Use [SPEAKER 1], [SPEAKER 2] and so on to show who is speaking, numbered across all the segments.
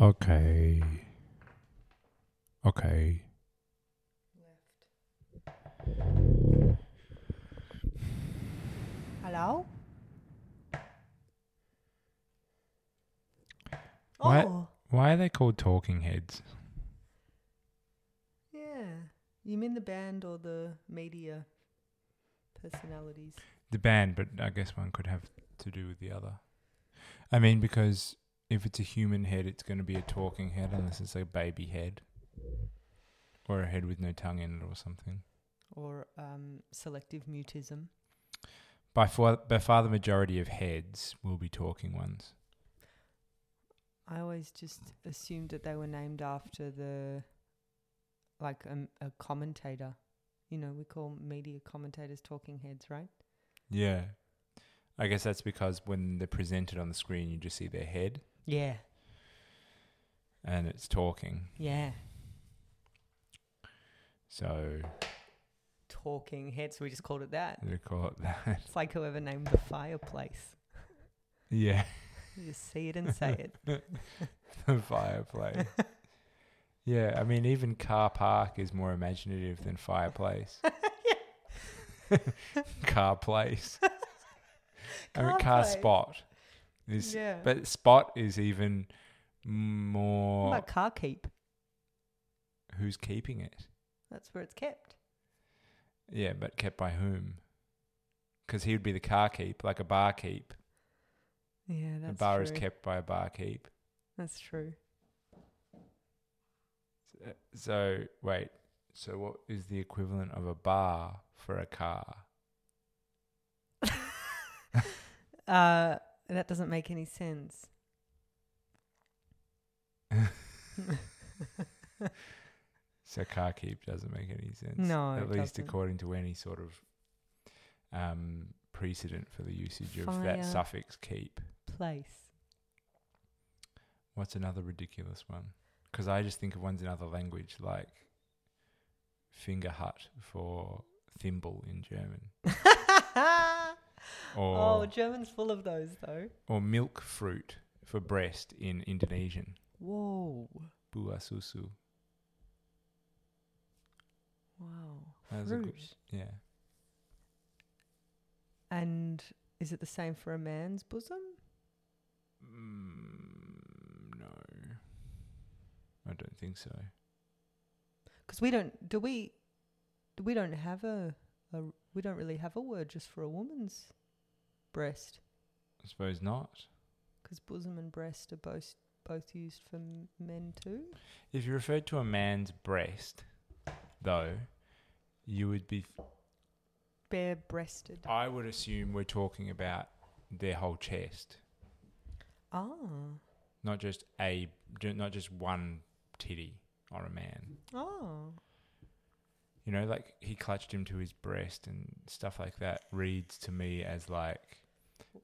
[SPEAKER 1] Okay. Okay.
[SPEAKER 2] Hello?
[SPEAKER 1] Why-
[SPEAKER 2] Oh,
[SPEAKER 1] Why are they called Talking Heads?
[SPEAKER 2] yeah. You mean the band or the media personalities?
[SPEAKER 1] The band, but I guess one could have to do with the other. I mean, because if it's a human head, it's going to be a talking head, unless it's a baby head or a head with no tongue in it or something.
[SPEAKER 2] Or um, selective mutism?
[SPEAKER 1] By far, by far the majority of heads will be talking ones.
[SPEAKER 2] I always just assumed that they were named after the, like um, a commentator. You know, we call media commentators talking heads, right?
[SPEAKER 1] Yeah. I guess that's because when they're presented on the screen, you just see their head
[SPEAKER 2] Yeah,
[SPEAKER 1] and it's talking.
[SPEAKER 2] yeah.
[SPEAKER 1] So
[SPEAKER 2] Talking heads, we just called it that.
[SPEAKER 1] they call it that.
[SPEAKER 2] It's like whoever named the fireplace.
[SPEAKER 1] yeah.
[SPEAKER 2] You just see it and say it.
[SPEAKER 1] the fireplace. yeah, I mean, even car park is more imaginative than fireplace. car place. I mean,
[SPEAKER 2] Car
[SPEAKER 1] car
[SPEAKER 2] place.
[SPEAKER 1] spot. Is,
[SPEAKER 2] yeah.
[SPEAKER 1] But spot is even more
[SPEAKER 2] what about car keep?
[SPEAKER 1] who's keeping it.
[SPEAKER 2] That's where it's kept.
[SPEAKER 1] Yeah, but kept by whom? Because he would be the car keep, like a bar keep.
[SPEAKER 2] Yeah, that's
[SPEAKER 1] the bar
[SPEAKER 2] true.
[SPEAKER 1] is kept by a bar keep.
[SPEAKER 2] That's true.
[SPEAKER 1] Uh, So wait, so what is the equivalent of a bar for a car?
[SPEAKER 2] Uh, that doesn't make any sense.
[SPEAKER 1] So car keep doesn't make any sense.
[SPEAKER 2] No,
[SPEAKER 1] at
[SPEAKER 2] it
[SPEAKER 1] least
[SPEAKER 2] doesn't.
[SPEAKER 1] according to any sort of um, precedent for the usage of
[SPEAKER 2] Fire.
[SPEAKER 1] that suffix keep.
[SPEAKER 2] Place.
[SPEAKER 1] What's another ridiculous one? Because I just think of ones in other language, like finger hut for thimble in German,
[SPEAKER 2] oh,
[SPEAKER 1] or
[SPEAKER 2] German's full of those though.
[SPEAKER 1] or milk fruit for breast in Indonesian.
[SPEAKER 2] Whoa.
[SPEAKER 1] Buah susu.
[SPEAKER 2] Wow.
[SPEAKER 1] That was a good-
[SPEAKER 2] Fruit.
[SPEAKER 1] Yeah.
[SPEAKER 2] And is it the same for a man's bosom?
[SPEAKER 1] Mm, no, I don't think so.
[SPEAKER 2] Because we don't do we do we don't have a, a we don't really have a word just for a woman's breast
[SPEAKER 1] I suppose not.
[SPEAKER 2] because bosom and breast are both both used for m- men too.
[SPEAKER 1] If you referred to a man's breast, though, you would be.
[SPEAKER 2] Bare breasted.
[SPEAKER 1] I would assume we're talking about their whole chest,
[SPEAKER 2] Ah.
[SPEAKER 1] not just a, ju- not just one titty on a man.
[SPEAKER 2] Oh.
[SPEAKER 1] You know, like he clutched him to his breast and stuff like that. Reads to me as like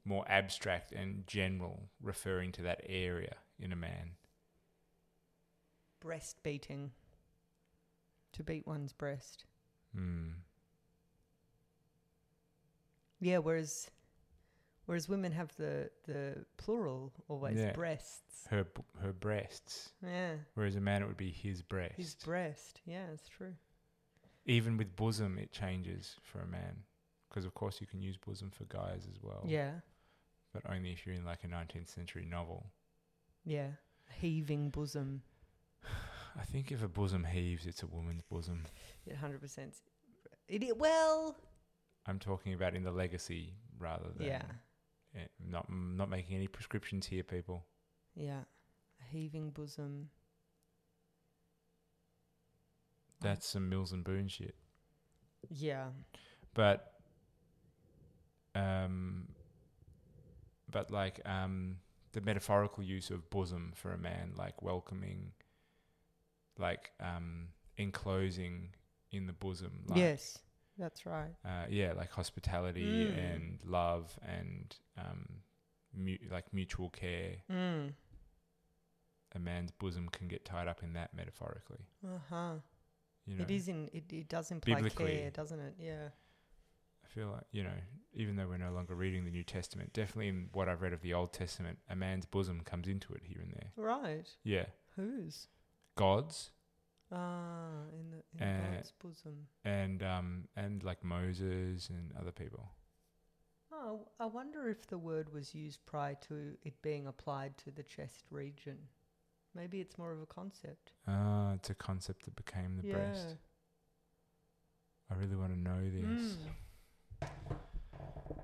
[SPEAKER 1] more abstract and general, referring to that area in a man.
[SPEAKER 2] Breast beating. To beat one's breast.
[SPEAKER 1] Hmm.
[SPEAKER 2] Yeah, whereas whereas women have the the plural always
[SPEAKER 1] Yeah.
[SPEAKER 2] breasts.
[SPEAKER 1] Her b- her breasts,
[SPEAKER 2] Yeah.
[SPEAKER 1] whereas a man it would be his breast.
[SPEAKER 2] His breast. Yeah, it's true.
[SPEAKER 1] Even with bosom, it changes for a man, because of course you can use bosom for guys as well.
[SPEAKER 2] Yeah.
[SPEAKER 1] but only if you're in like a 19th century novel.
[SPEAKER 2] Yeah. Heaving bosom.
[SPEAKER 1] I think if a bosom heaves, it's a woman's bosom.
[SPEAKER 2] It hundred percent it, i- well
[SPEAKER 1] I'm talking about in the legacy rather than
[SPEAKER 2] Yeah.
[SPEAKER 1] eh, not mm, not making any prescriptions here, people.
[SPEAKER 2] Yeah. Heaving bosom.
[SPEAKER 1] That's some Mills and Boone shit.
[SPEAKER 2] Yeah.
[SPEAKER 1] But um, but like um, the metaphorical use of bosom for a man, like welcoming, like um, enclosing in the bosom, like
[SPEAKER 2] yes. That's right.
[SPEAKER 1] uh, yeah, like hospitality
[SPEAKER 2] Mm.
[SPEAKER 1] and love and um, mu- like mutual care.
[SPEAKER 2] Mm.
[SPEAKER 1] A man's bosom can get tied up in that metaphorically.
[SPEAKER 2] Uh huh.
[SPEAKER 1] You know,
[SPEAKER 2] It is in it, it does imply
[SPEAKER 1] Biblically.
[SPEAKER 2] care, doesn't it? Yeah.
[SPEAKER 1] I feel like, you know, even though we're no longer reading the New Testament, definitely in what I've read of the Old Testament, a man's bosom comes into it here and there.
[SPEAKER 2] Right.
[SPEAKER 1] Yeah.
[SPEAKER 2] Whose?
[SPEAKER 1] Gods
[SPEAKER 2] Ah, in the in
[SPEAKER 1] Uh,
[SPEAKER 2] God's bosom.
[SPEAKER 1] and um and like Moses and other people.
[SPEAKER 2] Oh, I wonder if the word was used prior to it being applied to the chest region. Maybe it's more of a concept.
[SPEAKER 1] Ah, it's a concept that became the breast. I really want to know this.
[SPEAKER 2] Mm.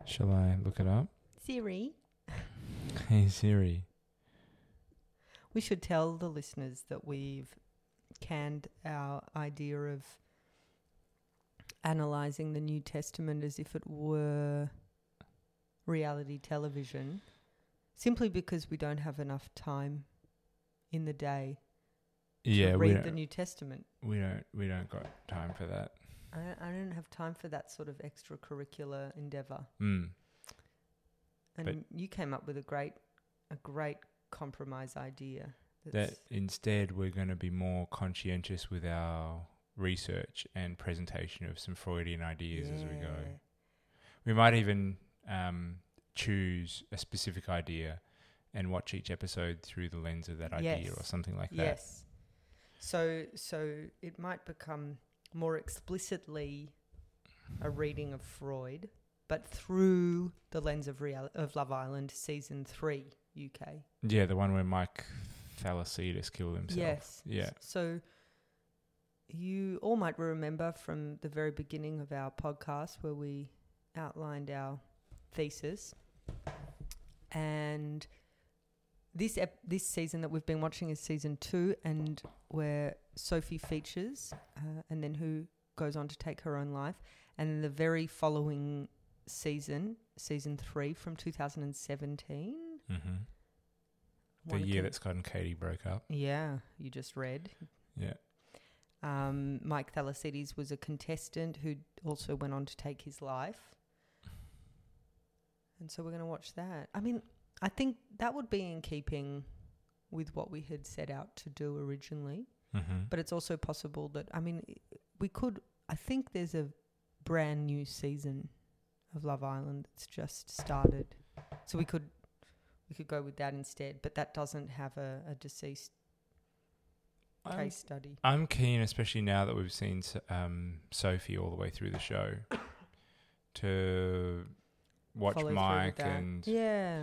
[SPEAKER 1] Shall I look it up?
[SPEAKER 2] Siri.
[SPEAKER 1] Hey Siri.
[SPEAKER 2] We should tell the listeners that we've canned our idea of analyzing the New Testament as if it were reality television, simply because we don't have enough time in the day to
[SPEAKER 1] Yeah, we
[SPEAKER 2] read the
[SPEAKER 1] don't,
[SPEAKER 2] New Testament.
[SPEAKER 1] we don't we don't got time for that.
[SPEAKER 2] I don't, I don't have time for that sort of extracurricular endeavor.
[SPEAKER 1] Mm.
[SPEAKER 2] And you came up with a great, a great compromise idea.
[SPEAKER 1] That
[SPEAKER 2] That's,
[SPEAKER 1] instead we're going to be more conscientious with our research and presentation of some Freudian ideas as we go.
[SPEAKER 2] Yeah.
[SPEAKER 1] We might even um, choose a specific idea and watch each episode through the lens of that idea
[SPEAKER 2] Yes.
[SPEAKER 1] or something like that.
[SPEAKER 2] Yes. So so it might become more explicitly a reading of Freud, but through the lens of real of Love Island season three UK.
[SPEAKER 1] Yeah, the one where Mike Thalacidis killed himself.
[SPEAKER 2] Yes.
[SPEAKER 1] Yeah.
[SPEAKER 2] So you all might remember from the very beginning of our podcast where we outlined our thesis and this ep- this season that we've been watching is season 2 and where Sophie features uh, and then who goes on to take her own life and the very following season season 3 from 2017
[SPEAKER 1] hmm The
[SPEAKER 2] one
[SPEAKER 1] year
[SPEAKER 2] can-
[SPEAKER 1] that Scott and Katie broke up.
[SPEAKER 2] yeah you just read
[SPEAKER 1] Yeah.
[SPEAKER 2] Um, Mike Thalassides was a contestant who also went on to take his life. And so we're going to watch that. I mean, I think that would be in keeping with what we had set out to do originally.
[SPEAKER 1] Mm-hmm.
[SPEAKER 2] But it's also possible that, I mean, i- we could, I think there's a brand new season of Love Island that's just started. So we could. We could go with that instead, but that doesn't have a, a deceased
[SPEAKER 1] I'm, Um,
[SPEAKER 2] case study.
[SPEAKER 1] I'm keen, especially now that we've seen S- um, Sophie all the way through the show, to watch
[SPEAKER 2] Follow through with
[SPEAKER 1] Mike
[SPEAKER 2] that.
[SPEAKER 1] and,
[SPEAKER 2] yeah,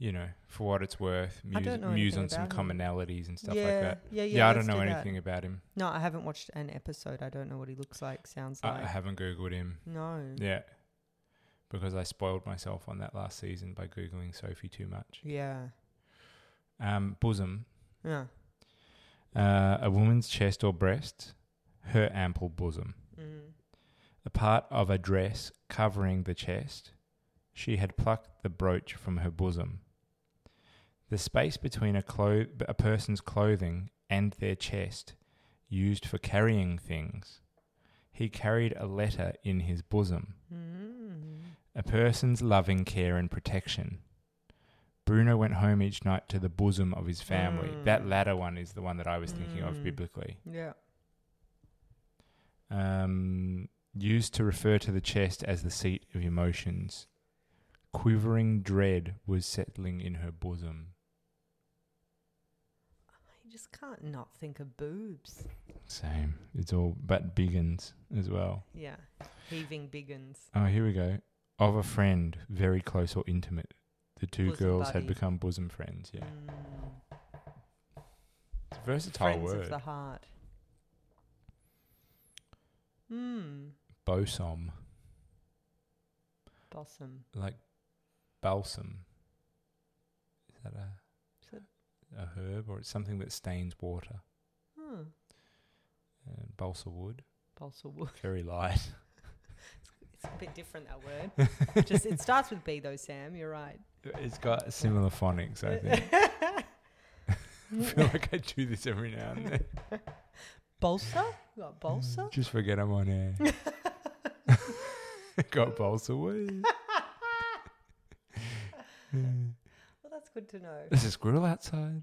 [SPEAKER 1] you know, for what it's worth,
[SPEAKER 2] I
[SPEAKER 1] muse,
[SPEAKER 2] don't know
[SPEAKER 1] muse
[SPEAKER 2] anything
[SPEAKER 1] on some
[SPEAKER 2] about him.
[SPEAKER 1] commonalities and stuff
[SPEAKER 2] yeah,
[SPEAKER 1] like that.
[SPEAKER 2] Yeah, yeah.
[SPEAKER 1] Yeah, I don't
[SPEAKER 2] let's
[SPEAKER 1] know
[SPEAKER 2] do that.
[SPEAKER 1] anything about him.
[SPEAKER 2] No, I haven't watched an episode. I don't know what he looks like, sounds
[SPEAKER 1] I, I
[SPEAKER 2] like.
[SPEAKER 1] haven't Googled him.
[SPEAKER 2] no.
[SPEAKER 1] Yeah. Because I spoiled myself on that last season by Googling Sophie too much.
[SPEAKER 2] Yeah.
[SPEAKER 1] Um, bosom.
[SPEAKER 2] Yeah.
[SPEAKER 1] Uh, a woman's chest or breast, her ample bosom.
[SPEAKER 2] Mm.
[SPEAKER 1] A part of a dress covering the chest, she had plucked the brooch from her bosom. The space between a, clo- a person's clothing and their chest, used for carrying things. He carried a letter in his bosom.
[SPEAKER 2] Mm.
[SPEAKER 1] A person's loving care and protection. Bruno went home each night to the bosom of his family.
[SPEAKER 2] Mm.
[SPEAKER 1] That latter one is the one that I was thinking of
[SPEAKER 2] Mm.
[SPEAKER 1] biblically.
[SPEAKER 2] Yeah.
[SPEAKER 1] Um, used to refer to the chest as the seat of emotions. Quivering dread was settling in her bosom.
[SPEAKER 2] You just can't not think of boobs.
[SPEAKER 1] Same. It's all but biggins as well.
[SPEAKER 2] Yeah. Heaving biggins.
[SPEAKER 1] Oh, here we go. Of a friend, very close or intimate. The two
[SPEAKER 2] Bosom
[SPEAKER 1] girls had
[SPEAKER 2] buddy.
[SPEAKER 1] become bosom friends. Yeah,
[SPEAKER 2] Mm.
[SPEAKER 1] it's a versatile
[SPEAKER 2] Friends
[SPEAKER 1] word.
[SPEAKER 2] of the heart. Mm.
[SPEAKER 1] Bosom.
[SPEAKER 2] Bosom.
[SPEAKER 1] like balsam. Is that a
[SPEAKER 2] Is that-
[SPEAKER 1] a herb or it's something that stains water?
[SPEAKER 2] Hmm.
[SPEAKER 1] And balsa wood,
[SPEAKER 2] Balsa wood.
[SPEAKER 1] very light.
[SPEAKER 2] It's a bit different, that word. just It starts with B, though, Sam. You're right.
[SPEAKER 1] It's got similar phonics, I think. I feel like I do this every now and then.
[SPEAKER 2] Balsa? You got balsa?
[SPEAKER 1] Just forget I'm on air. got balsa wood.
[SPEAKER 2] Well, that's good to know.
[SPEAKER 1] There's a squirrel outside.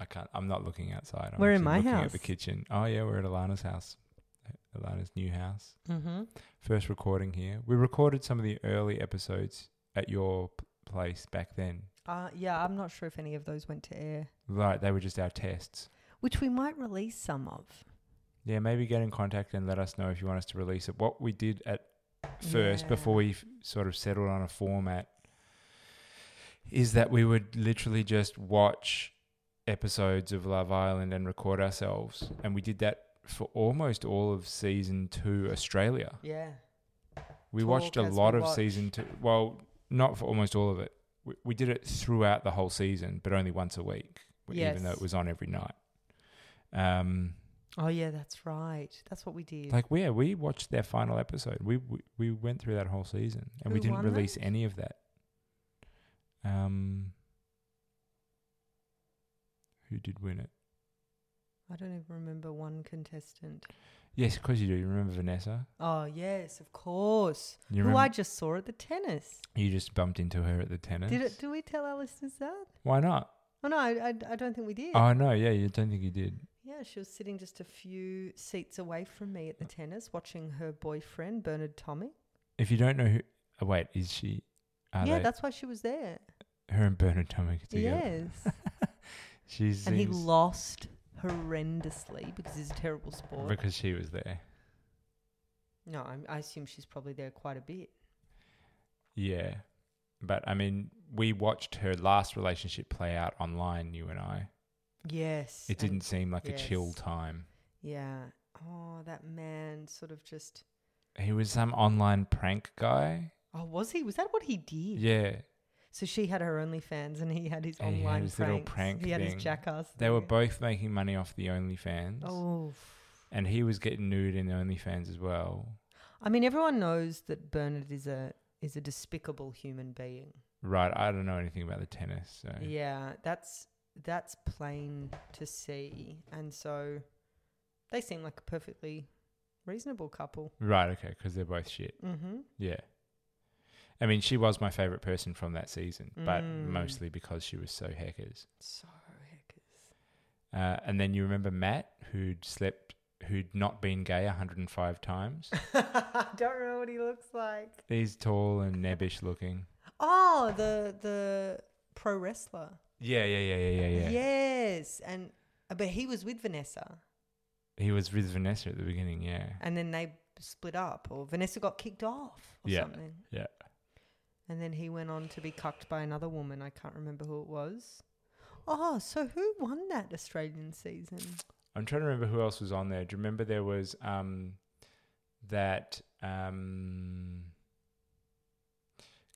[SPEAKER 1] I can't. I'm not looking outside. I'm
[SPEAKER 2] Uh. We're
[SPEAKER 1] actually
[SPEAKER 2] in my
[SPEAKER 1] looking At the
[SPEAKER 2] house.
[SPEAKER 1] kitchen. Oh yeah, we're at Alana's house. Alana's new house.
[SPEAKER 2] Mm-hmm.
[SPEAKER 1] First recording here. We recorded some of the early episodes at your p- place back then.
[SPEAKER 2] Uh, yeah, I'm not sure if any of those went to air,
[SPEAKER 1] Right, they were just our tests.
[SPEAKER 2] which we might release some of.
[SPEAKER 1] Yeah, maybe get in contact and let us know if you want us to release it. What we did at first
[SPEAKER 2] Yeah.
[SPEAKER 1] before we f- sort of settled on a format is that we would literally just watch episodes of Love Island and record ourselves. And we did that for almost all of season two Australia.
[SPEAKER 2] Yeah.
[SPEAKER 1] We
[SPEAKER 2] Talk
[SPEAKER 1] watched a
[SPEAKER 2] as we
[SPEAKER 1] lot of
[SPEAKER 2] watch.
[SPEAKER 1] season two. Well, not for almost all of it. We, we did it throughout the whole season, but only once a week, even though
[SPEAKER 2] Yes.
[SPEAKER 1] it was on every night. Um,
[SPEAKER 2] Oh, yeah, that's right. That's what we did.
[SPEAKER 1] like yeah, we watched their final episode. We we, we went through that whole season, and we
[SPEAKER 2] Who
[SPEAKER 1] didn't
[SPEAKER 2] won that?
[SPEAKER 1] release any of that. Um, who did win it?
[SPEAKER 2] I don't even remember one contestant.
[SPEAKER 1] Yes, of course you do. You remember Vanessa?
[SPEAKER 2] Oh, yes, of course.
[SPEAKER 1] You
[SPEAKER 2] Who
[SPEAKER 1] remember?
[SPEAKER 2] I just saw at the tennis.
[SPEAKER 1] you just bumped into her at the tennis.
[SPEAKER 2] Did it? Do we tell our listeners that?
[SPEAKER 1] Why not?
[SPEAKER 2] Oh, no, I, I, I don't think we did.
[SPEAKER 1] Oh no, yeah, you don't think you did.
[SPEAKER 2] Yeah, she was sitting just a few seats away from me at the tennis, watching her boyfriend Bernard Tommy.
[SPEAKER 1] If you don't know who, oh, wait, is she? Are
[SPEAKER 2] yeah,
[SPEAKER 1] they,
[SPEAKER 2] that's why she was there.
[SPEAKER 1] her and Bernard Tomic together.
[SPEAKER 2] Yes,
[SPEAKER 1] She's
[SPEAKER 2] and he lost horrendously because it's a terrible sport.
[SPEAKER 1] because she was there.
[SPEAKER 2] no, I'm, I assume she's probably there quite a bit.
[SPEAKER 1] Yeah. But I mean, we watched her last relationship play out online, you and I.
[SPEAKER 2] Yes,
[SPEAKER 1] It
[SPEAKER 2] and-
[SPEAKER 1] didn't seem like a chill
[SPEAKER 2] yes.
[SPEAKER 1] time.
[SPEAKER 2] Yeah. Oh, that man sort of just.
[SPEAKER 1] He was some online prank guy.
[SPEAKER 2] Oh, was he? Was that what he did?
[SPEAKER 1] Yeah.
[SPEAKER 2] So she had her OnlyFans, and he had his
[SPEAKER 1] And he had
[SPEAKER 2] online
[SPEAKER 1] his little
[SPEAKER 2] pranks.
[SPEAKER 1] prank
[SPEAKER 2] he had
[SPEAKER 1] thing.
[SPEAKER 2] his jackass.
[SPEAKER 1] They were
[SPEAKER 2] thing.
[SPEAKER 1] both making money off the OnlyFans.
[SPEAKER 2] Oh.
[SPEAKER 1] And he was getting nude in the OnlyFans as well.
[SPEAKER 2] I mean, everyone knows that Bernard is a is a despicable human being.
[SPEAKER 1] Right. I don't know anything about the tennis. So.
[SPEAKER 2] Yeah, that's that's plain to see, and so they seem like a perfectly reasonable couple.
[SPEAKER 1] Right. Okay. Because they're both shit.
[SPEAKER 2] Mm-hmm.
[SPEAKER 1] Yeah. I mean, she was my favorite person from that season, but
[SPEAKER 2] Mm.
[SPEAKER 1] mostly because she was so heckers.
[SPEAKER 2] So heckers.
[SPEAKER 1] Uh, and then you remember Matt, who'd slept, who'd not been gay 105 times.
[SPEAKER 2] I don't know what he looks like.
[SPEAKER 1] He's tall and nebbish looking.
[SPEAKER 2] Oh, the the pro wrestler.
[SPEAKER 1] Yeah, yeah, yeah, yeah, yeah, yeah.
[SPEAKER 2] Yes, and uh, but he was with Vanessa,
[SPEAKER 1] He was with Vanessa at the beginning, yeah.
[SPEAKER 2] and then they split up, or Vanessa got kicked off, or
[SPEAKER 1] Yeah,
[SPEAKER 2] something.
[SPEAKER 1] yeah.
[SPEAKER 2] And then he went on to be cucked by another woman. I can't remember who it was. Oh, so who won that Australian season?
[SPEAKER 1] I'm trying to remember who else was on there. Do you remember there was um, that um,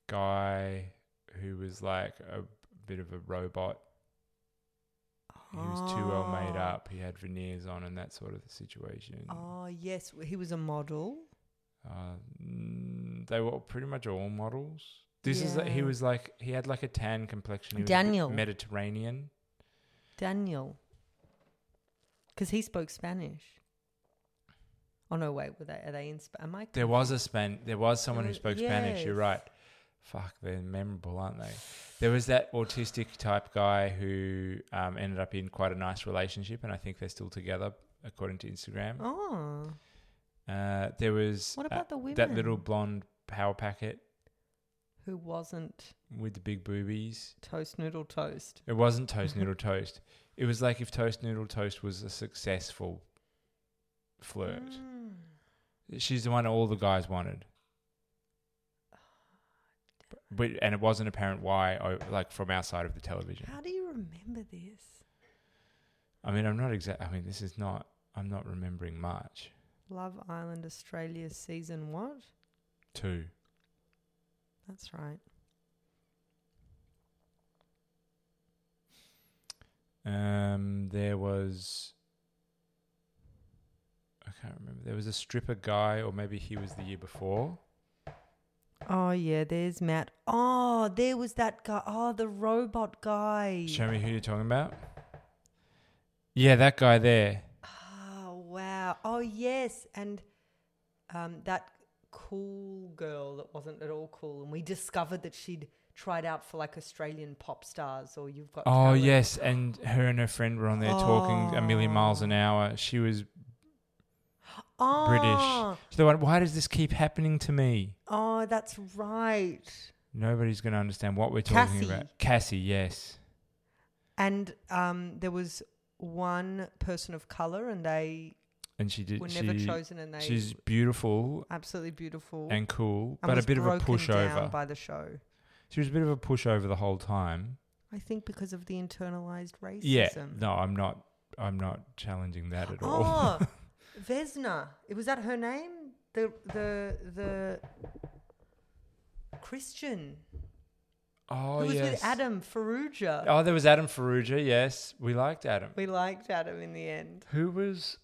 [SPEAKER 1] guy who was like a bit of a robot? He was too well made
[SPEAKER 2] Ah.
[SPEAKER 1] up. He had veneers on and that sort of situation.
[SPEAKER 2] Oh yes, w- he was a model.
[SPEAKER 1] Uh, mm, they were pretty much all models. This is like, he
[SPEAKER 2] Yeah.
[SPEAKER 1] was like he had like a tan complexion. He was
[SPEAKER 2] Daniel.
[SPEAKER 1] Mediterranean.
[SPEAKER 2] Daniel. Because he spoke Spanish. Oh no! Wait, were they? Are they in? Sp- am I?
[SPEAKER 1] There was a span. There was someone who
[SPEAKER 2] was-
[SPEAKER 1] spoke Spanish. You're
[SPEAKER 2] Mm, yes.
[SPEAKER 1] right. Fuck, they're memorable, aren't they? There was that autistic type guy who um, ended up in quite a nice relationship, and I think they're still together, according to Instagram.
[SPEAKER 2] Oh,
[SPEAKER 1] Uh, there was
[SPEAKER 2] what
[SPEAKER 1] uh,
[SPEAKER 2] about the women?
[SPEAKER 1] that little blonde power packet
[SPEAKER 2] who wasn't
[SPEAKER 1] with the big boobies.
[SPEAKER 2] toast noodle toast.
[SPEAKER 1] It wasn't Toast Noodle Toast. It was like if Toast Noodle Toast was a successful flirt.
[SPEAKER 2] Mm.
[SPEAKER 1] She's the one all the guys wanted. But and it wasn't apparent why, or like from outside of the television.
[SPEAKER 2] How do you remember this?
[SPEAKER 1] I mean, I'm not exact. I mean, this is not. I'm not remembering much.
[SPEAKER 2] Love Island Australia season what?
[SPEAKER 1] Two.
[SPEAKER 2] That's right.
[SPEAKER 1] Um, there was. I can't remember. There was a stripper guy, or maybe he was the year before.
[SPEAKER 2] Oh yeah, there's Matt. Oh, there was that guy. Oh, the robot guy.
[SPEAKER 1] Show me who you're talking about. Yeah, that guy there.
[SPEAKER 2] Oh wow. Oh yes, and um, that cool girl that wasn't at all cool, and we discovered that she'd tried out for like Australian pop stars, or you've got.
[SPEAKER 1] Oh
[SPEAKER 2] Talent.
[SPEAKER 1] yes, and her and her friend were on there talking a million miles an hour. She was
[SPEAKER 2] Oh,
[SPEAKER 1] British. She's the one, why does this keep happening to me?
[SPEAKER 2] Oh, that's right.
[SPEAKER 1] Nobody's going to understand what we're talking
[SPEAKER 2] Cassie.
[SPEAKER 1] about. Cassie, yes.
[SPEAKER 2] And um, there was one person of color, and they
[SPEAKER 1] And she did.
[SPEAKER 2] were
[SPEAKER 1] she,
[SPEAKER 2] never chosen, and they
[SPEAKER 1] She's beautiful
[SPEAKER 2] absolutely beautiful.
[SPEAKER 1] and cool,
[SPEAKER 2] and
[SPEAKER 1] but a
[SPEAKER 2] was
[SPEAKER 1] bit of a
[SPEAKER 2] broken down
[SPEAKER 1] pushover.
[SPEAKER 2] by the show.
[SPEAKER 1] she was a bit of a pushover the whole time.
[SPEAKER 2] I think because of the internalized racism.
[SPEAKER 1] Yeah. No, I'm not. I'm not challenging that at all.
[SPEAKER 2] Oh, Vesna. It was that her name? The the the Christian
[SPEAKER 1] Oh
[SPEAKER 2] who was
[SPEAKER 1] yes.
[SPEAKER 2] with Adam Ferrugia.
[SPEAKER 1] Oh, there was Adam Ferrugia. Yes, we liked Adam.
[SPEAKER 2] We liked Adam in the end.
[SPEAKER 1] Who was?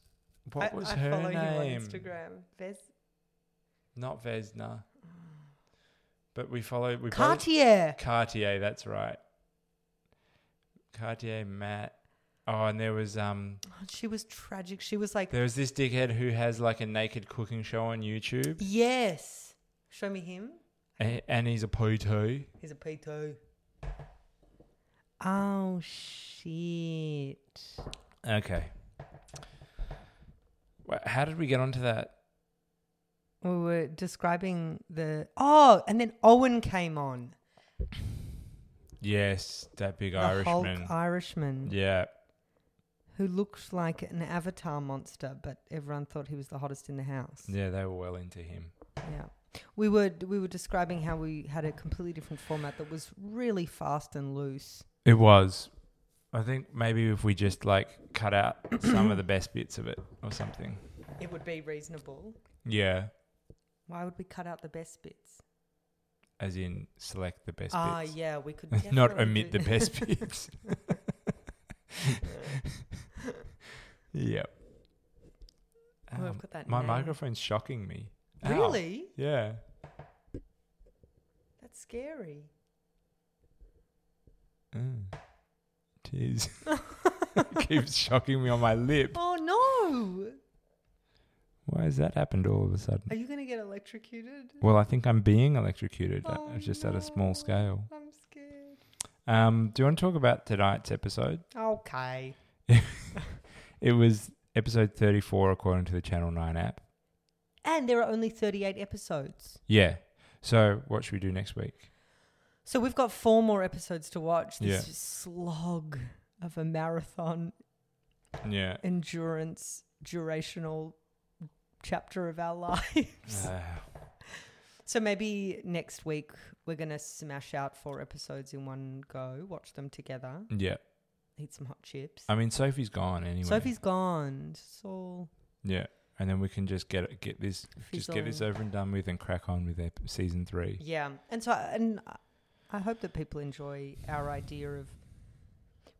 [SPEAKER 1] What
[SPEAKER 2] I,
[SPEAKER 1] was
[SPEAKER 2] I
[SPEAKER 1] her
[SPEAKER 2] follow
[SPEAKER 1] name?
[SPEAKER 2] him on Instagram. Ves-
[SPEAKER 1] Not Vesna. But we followed. We both-
[SPEAKER 2] Cartier.
[SPEAKER 1] Cartier. That's right. Cartier Matt. Oh, and there was um
[SPEAKER 2] Oh, she was tragic. She was like,
[SPEAKER 1] there was this dickhead who has like a naked cooking show on YouTube,
[SPEAKER 2] yes. Show me him.
[SPEAKER 1] and, and he's a PT.
[SPEAKER 2] He's a P2. Oh, shit.
[SPEAKER 1] Okay. Wha- How did we get onto that?
[SPEAKER 2] We were describing the. Oh, and then Owen came on.
[SPEAKER 1] Yes, that big
[SPEAKER 2] The
[SPEAKER 1] Irishman.
[SPEAKER 2] Hulk Irishman.
[SPEAKER 1] yeah,
[SPEAKER 2] Who looked like an avatar monster, but everyone thought he was the hottest in the house.
[SPEAKER 1] yeah, they were well into him.
[SPEAKER 2] Yeah. We were we were describing how we had a completely different format that was really fast and loose.
[SPEAKER 1] It was. I think maybe if we just like cut out some of the best bits of it or something.
[SPEAKER 2] It would be reasonable.
[SPEAKER 1] Yeah,
[SPEAKER 2] Why would we cut out the best bits?
[SPEAKER 1] as in select the best
[SPEAKER 2] Ah,
[SPEAKER 1] bits.
[SPEAKER 2] yeah, we could
[SPEAKER 1] Not
[SPEAKER 2] definitely
[SPEAKER 1] omit
[SPEAKER 2] do-
[SPEAKER 1] the best bits. yeah.
[SPEAKER 2] Oh, I've
[SPEAKER 1] Um,
[SPEAKER 2] got that
[SPEAKER 1] my
[SPEAKER 2] name.
[SPEAKER 1] microphone's shocking me. Ow.
[SPEAKER 2] Really?
[SPEAKER 1] Yeah.
[SPEAKER 2] That's scary.
[SPEAKER 1] Mm. Tears. keeps shocking me on my lip.
[SPEAKER 2] Oh no!
[SPEAKER 1] Why has that happened all of a sudden?
[SPEAKER 2] Are you going to get electrocuted?
[SPEAKER 1] Well, I think I'm being electrocuted, uh,
[SPEAKER 2] Oh,
[SPEAKER 1] it's just at a small
[SPEAKER 2] no.
[SPEAKER 1] scale.
[SPEAKER 2] I'm scared.
[SPEAKER 1] Um, do you want to talk about tonight's episode?
[SPEAKER 2] Okay.
[SPEAKER 1] It was episode 34 according to the Channel 9 app.
[SPEAKER 2] And there are only 38 episodes.
[SPEAKER 1] Yeah. So, what should we do next week?
[SPEAKER 2] So we've got four more episodes to watch. This
[SPEAKER 1] Yeah.
[SPEAKER 2] slog of a marathon
[SPEAKER 1] Yeah.
[SPEAKER 2] endurance durational chapter of our lives.
[SPEAKER 1] Uh,
[SPEAKER 2] So maybe next week we're going to smash out four episodes in one go, watch them together,
[SPEAKER 1] yeah.
[SPEAKER 2] eat some hot chips.
[SPEAKER 1] I mean, Sophie's gone anyway.
[SPEAKER 2] Sophie's gone. It's all
[SPEAKER 1] Yeah. And then we can just get get this just get this
[SPEAKER 2] fizzling.
[SPEAKER 1] over and done with and crack on with ep- season 3.
[SPEAKER 2] Yeah, and so and I- I hope that people enjoy our idea of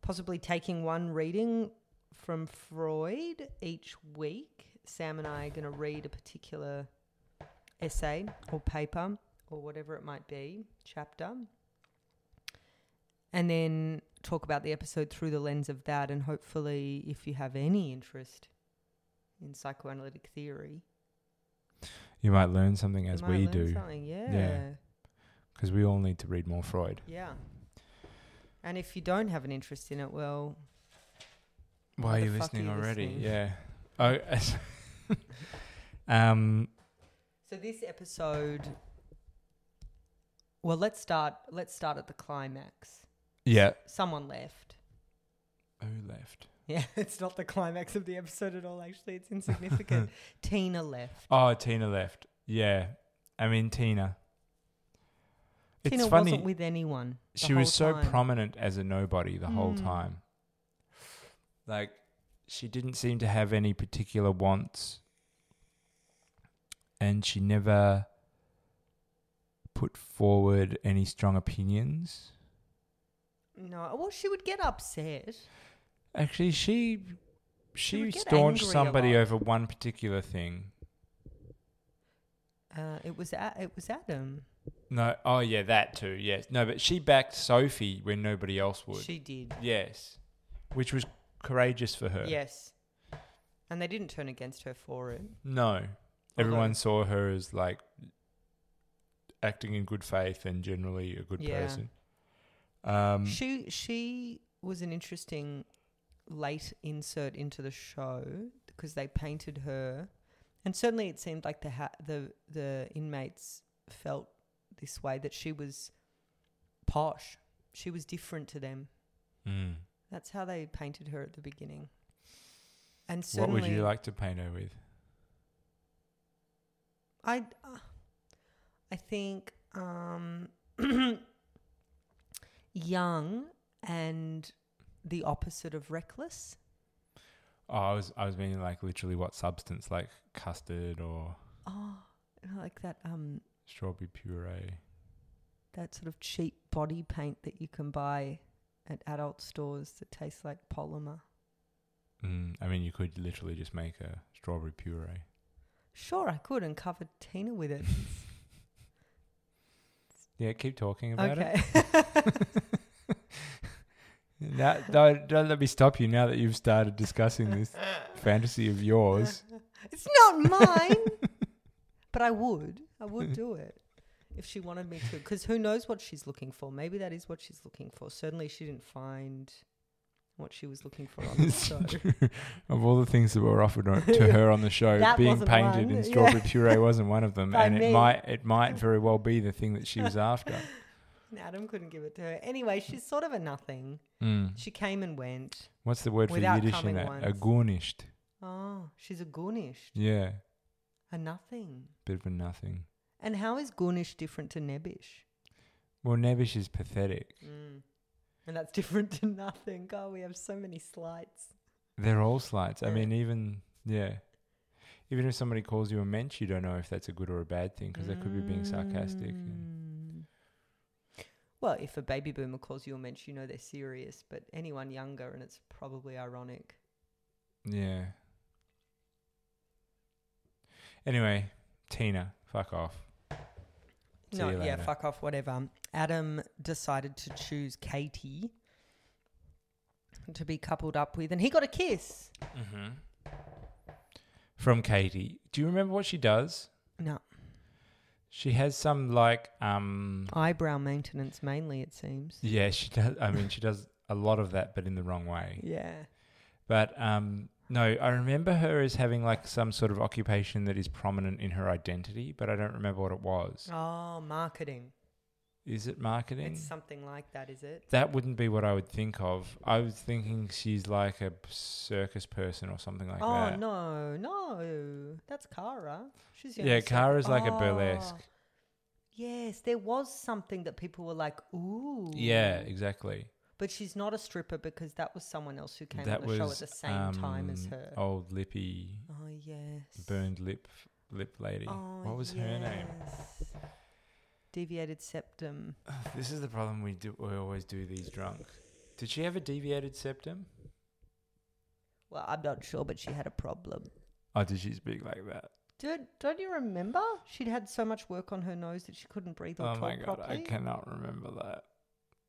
[SPEAKER 2] possibly taking one reading from Freud each week. Sam and I are going to read a particular essay or paper or whatever it might be, chapter, and then talk about the episode through the lens of that. And hopefully, if you have any interest in psychoanalytic theory,
[SPEAKER 1] You might learn something
[SPEAKER 2] you
[SPEAKER 1] as
[SPEAKER 2] might
[SPEAKER 1] we
[SPEAKER 2] learn
[SPEAKER 1] do
[SPEAKER 2] something. yeah.
[SPEAKER 1] because we all need to read more Freud.
[SPEAKER 2] Yeah. And if you don't have an interest in it, well,
[SPEAKER 1] Why are
[SPEAKER 2] the
[SPEAKER 1] you
[SPEAKER 2] fuck are
[SPEAKER 1] listening
[SPEAKER 2] you
[SPEAKER 1] already?
[SPEAKER 2] listening?
[SPEAKER 1] Yeah. Oh, um,
[SPEAKER 2] so this episode well, let's start let's start at the climax.
[SPEAKER 1] yeah.
[SPEAKER 2] Someone left.
[SPEAKER 1] Who left?
[SPEAKER 2] Yeah, it's not the climax of the episode at all actually. It's insignificant. Tina left.
[SPEAKER 1] Oh, Tina left. Yeah. I mean, Tina. It's
[SPEAKER 2] Tina
[SPEAKER 1] funny.
[SPEAKER 2] wasn't with anyone. the
[SPEAKER 1] she was so
[SPEAKER 2] whole time.
[SPEAKER 1] prominent as a nobody the whole
[SPEAKER 2] Mm.
[SPEAKER 1] time. Like, she didn't seem to have any particular wants. And she never put forward any strong opinions.
[SPEAKER 2] No, well, she would get upset.
[SPEAKER 1] Actually, she
[SPEAKER 2] would
[SPEAKER 1] she
[SPEAKER 2] get
[SPEAKER 1] staunched
[SPEAKER 2] angry a
[SPEAKER 1] somebody
[SPEAKER 2] lot.
[SPEAKER 1] over one particular thing.
[SPEAKER 2] Uh, it was a- it was Adam.
[SPEAKER 1] No, oh yeah, that too. Yes, no, but she backed Sophie when nobody else would.
[SPEAKER 2] She did.
[SPEAKER 1] yes, which was courageous for her.
[SPEAKER 2] Yes. And they didn't turn against her for it.
[SPEAKER 1] No, everyone
[SPEAKER 2] Although-
[SPEAKER 1] saw her as like acting in good faith and generally a good
[SPEAKER 2] Yeah.
[SPEAKER 1] person. Um,
[SPEAKER 2] She she was an interesting late insert into the show because they painted her, And certainly, it seemed like the ha- the the inmates felt this way that she was posh, she was different to them.
[SPEAKER 1] Mm.
[SPEAKER 2] That's how they painted her at the beginning. And
[SPEAKER 1] What
[SPEAKER 2] certainly,
[SPEAKER 1] would you like to paint her with?
[SPEAKER 2] I, uh, I think um, young and the opposite of reckless.
[SPEAKER 1] Oh, I was I was meaning like literally what substance, like custard or
[SPEAKER 2] Oh, like that um
[SPEAKER 1] strawberry puree.
[SPEAKER 2] that sort of cheap body paint that you can buy at adult stores that tastes like polymer.
[SPEAKER 1] Mm. I mean, you could literally just make a strawberry puree.
[SPEAKER 2] Sure, I could and cover Tina with it.
[SPEAKER 1] Yeah, keep talking about it.
[SPEAKER 2] okay.
[SPEAKER 1] Now, don't, don't let me stop you now that you've started discussing this fantasy of yours.
[SPEAKER 2] It's not mine. but I would. I would do it if she wanted me to. Because who knows what she's looking for? Maybe that is what she's looking for. Certainly she didn't find what she was looking for on the
[SPEAKER 1] It's
[SPEAKER 2] show.
[SPEAKER 1] true. Of all the things that were offered on, to her on the show,
[SPEAKER 2] That
[SPEAKER 1] being
[SPEAKER 2] wasn't
[SPEAKER 1] painted
[SPEAKER 2] one, yeah.
[SPEAKER 1] in strawberry puree wasn't one of them,
[SPEAKER 2] By
[SPEAKER 1] and
[SPEAKER 2] me.
[SPEAKER 1] it might it might very well be the thing that she was after.
[SPEAKER 2] And Adam couldn't give it to her. Anyway, she's sort of a nothing.
[SPEAKER 1] Mm.
[SPEAKER 2] She came and went.
[SPEAKER 1] What's the word for
[SPEAKER 2] Without
[SPEAKER 1] Yiddish
[SPEAKER 2] coming
[SPEAKER 1] in that? A
[SPEAKER 2] once.
[SPEAKER 1] gornished.
[SPEAKER 2] Oh, she's a Gornish.
[SPEAKER 1] Yeah,
[SPEAKER 2] A nothing.
[SPEAKER 1] bit of a nothing.
[SPEAKER 2] And how is Gornish different to Nebbish?
[SPEAKER 1] Well, Nevish is pathetic.
[SPEAKER 2] Mm. And that's different to nothing. God, we have so many slights.
[SPEAKER 1] They're all slights. I
[SPEAKER 2] Yeah.
[SPEAKER 1] mean, even yeah, even if somebody calls you a mensch, you don't know if that's a good or a bad thing because they could be being sarcastic. And,
[SPEAKER 2] Mm. Well, if a baby boomer calls you a mensch, you know they're serious, but anyone younger, and it's probably ironic.
[SPEAKER 1] yeah. Anyway, Tina, fuck off. See
[SPEAKER 2] no,
[SPEAKER 1] you
[SPEAKER 2] yeah,
[SPEAKER 1] later.
[SPEAKER 2] fuck off, whatever. Adam decided to choose Katie to be coupled up with, and he got a kiss.
[SPEAKER 1] Mm-hmm. From Katie, do you remember what she does?
[SPEAKER 2] No,
[SPEAKER 1] She has some like um.
[SPEAKER 2] eyebrow maintenance mainly, it seems.
[SPEAKER 1] Yeah, she does. I mean, she does a lot of that, but in the wrong way.
[SPEAKER 2] Yeah.
[SPEAKER 1] But um, no, I remember her as having like some sort of occupation that is prominent in her identity, but I don't remember what it was.
[SPEAKER 2] Oh, marketing.
[SPEAKER 1] Is it marketing?
[SPEAKER 2] It's something like that, is it?
[SPEAKER 1] that wouldn't be what I would think of. I was thinking she's like a circus person or something like
[SPEAKER 2] oh
[SPEAKER 1] that.
[SPEAKER 2] no, no, that's Cara. She's the
[SPEAKER 1] Yeah,
[SPEAKER 2] only circle-
[SPEAKER 1] Kara's like a
[SPEAKER 2] Oh,
[SPEAKER 1] burlesque.
[SPEAKER 2] Yes, there was something that people were like, "Ooh."
[SPEAKER 1] Yeah, exactly.
[SPEAKER 2] but she's not a stripper because that was someone else who came
[SPEAKER 1] that
[SPEAKER 2] on the
[SPEAKER 1] was
[SPEAKER 2] show at the same time as
[SPEAKER 1] um,
[SPEAKER 2] her. Oh,
[SPEAKER 1] Old lippy,
[SPEAKER 2] yes.
[SPEAKER 1] burned lip, lip lady.
[SPEAKER 2] Oh,
[SPEAKER 1] what was her name?
[SPEAKER 2] yes. Deviated septum.
[SPEAKER 1] This is the problem we do. We always do these drunk. Did she have a deviated septum?
[SPEAKER 2] Well, I'm not sure, but she had a problem.
[SPEAKER 1] Oh, did she speak like that?
[SPEAKER 2] Dude, don't you remember? She'd had so much work on her nose that she couldn't breathe or
[SPEAKER 1] Oh
[SPEAKER 2] talk
[SPEAKER 1] my god,
[SPEAKER 2] properly.
[SPEAKER 1] I cannot remember that.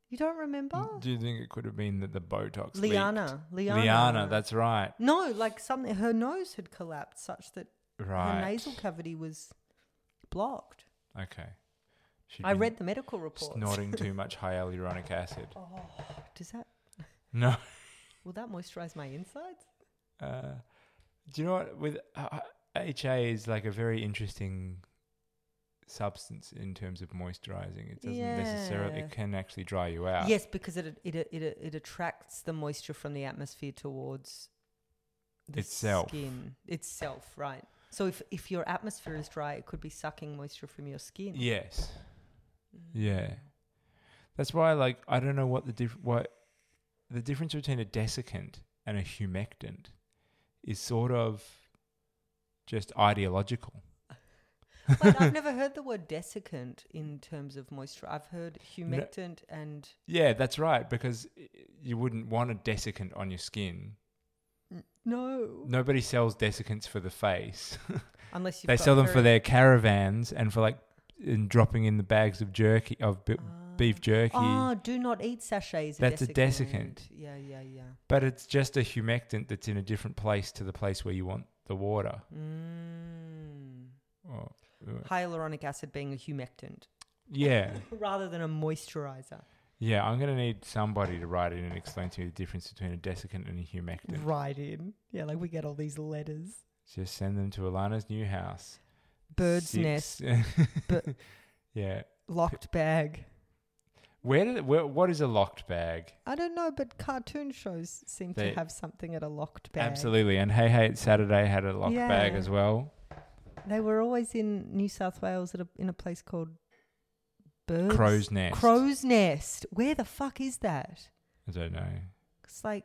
[SPEAKER 2] You don't remember?
[SPEAKER 1] Do you think it could have been that the Botox? leaked?
[SPEAKER 2] Liana, Liana.
[SPEAKER 1] Liana, that's right.
[SPEAKER 2] No, like something. Her nose had collapsed such that
[SPEAKER 1] Right.
[SPEAKER 2] her nasal cavity was blocked.
[SPEAKER 1] Okay. She'd
[SPEAKER 2] I
[SPEAKER 1] been
[SPEAKER 2] read the medical report.
[SPEAKER 1] snorting too much hyaluronic acid.
[SPEAKER 2] Oh, does that
[SPEAKER 1] No.
[SPEAKER 2] will that moisturize my insides?
[SPEAKER 1] Uh, do you know what? With uh, HA is like a very interesting substance in terms of moisturizing. It doesn't necessarily.
[SPEAKER 2] Yeah.
[SPEAKER 1] It can actually dry you out.
[SPEAKER 2] Yes, because it it, it it it attracts the moisture from the atmosphere towards the
[SPEAKER 1] Itself.
[SPEAKER 2] skin itself, right? So if if your atmosphere is dry, it could be sucking moisture from your skin.
[SPEAKER 1] Yes.
[SPEAKER 2] Mm.
[SPEAKER 1] Yeah. That's why, like, I don't know what the diff- what the difference between a desiccant and a humectant is sort of just ideological.
[SPEAKER 2] But I've never heard the word desiccant in terms of moisture. I've heard humectant and
[SPEAKER 1] Yeah, that's right. Because i- you wouldn't want a desiccant on your skin.
[SPEAKER 2] no,
[SPEAKER 1] Nobody sells desiccants for the face.
[SPEAKER 2] unless you've
[SPEAKER 1] they
[SPEAKER 2] got
[SPEAKER 1] sell them
[SPEAKER 2] very-
[SPEAKER 1] for their caravans and for like in dropping in the bags of jerky of b- beef jerky.
[SPEAKER 2] Oh, Ah. do not eat sachets.
[SPEAKER 1] That's a desiccant.
[SPEAKER 2] Yeah, yeah, yeah.
[SPEAKER 1] But it's just a humectant that's in a different place to the place where you want the water.
[SPEAKER 2] Mm.
[SPEAKER 1] Or- uh,
[SPEAKER 2] Hyaluronic acid being a humectant
[SPEAKER 1] yeah.
[SPEAKER 2] rather than a moisturizer.
[SPEAKER 1] Yeah, I'm going to need somebody to write in and explain to me the difference between a desiccant and a humectant.
[SPEAKER 2] Right in. Yeah, like we get all these letters.
[SPEAKER 1] Just send them to Alana's new house.
[SPEAKER 2] Bird's nest,
[SPEAKER 1] Six-
[SPEAKER 2] but-
[SPEAKER 1] yeah.
[SPEAKER 2] locked bag.
[SPEAKER 1] Where did where, what is a locked bag?
[SPEAKER 2] I don't know, but cartoon shows seem
[SPEAKER 1] They-
[SPEAKER 2] to have something at a locked bag.
[SPEAKER 1] Absolutely. And Hey Hey It's Saturday had a locked bag
[SPEAKER 2] Yeah.
[SPEAKER 1] as well.
[SPEAKER 2] They were always in New South Wales at a, in a place called Birds
[SPEAKER 1] Crow's nest.
[SPEAKER 2] Crow's Nest. Where the fuck is that?
[SPEAKER 1] I don't know.
[SPEAKER 2] It's like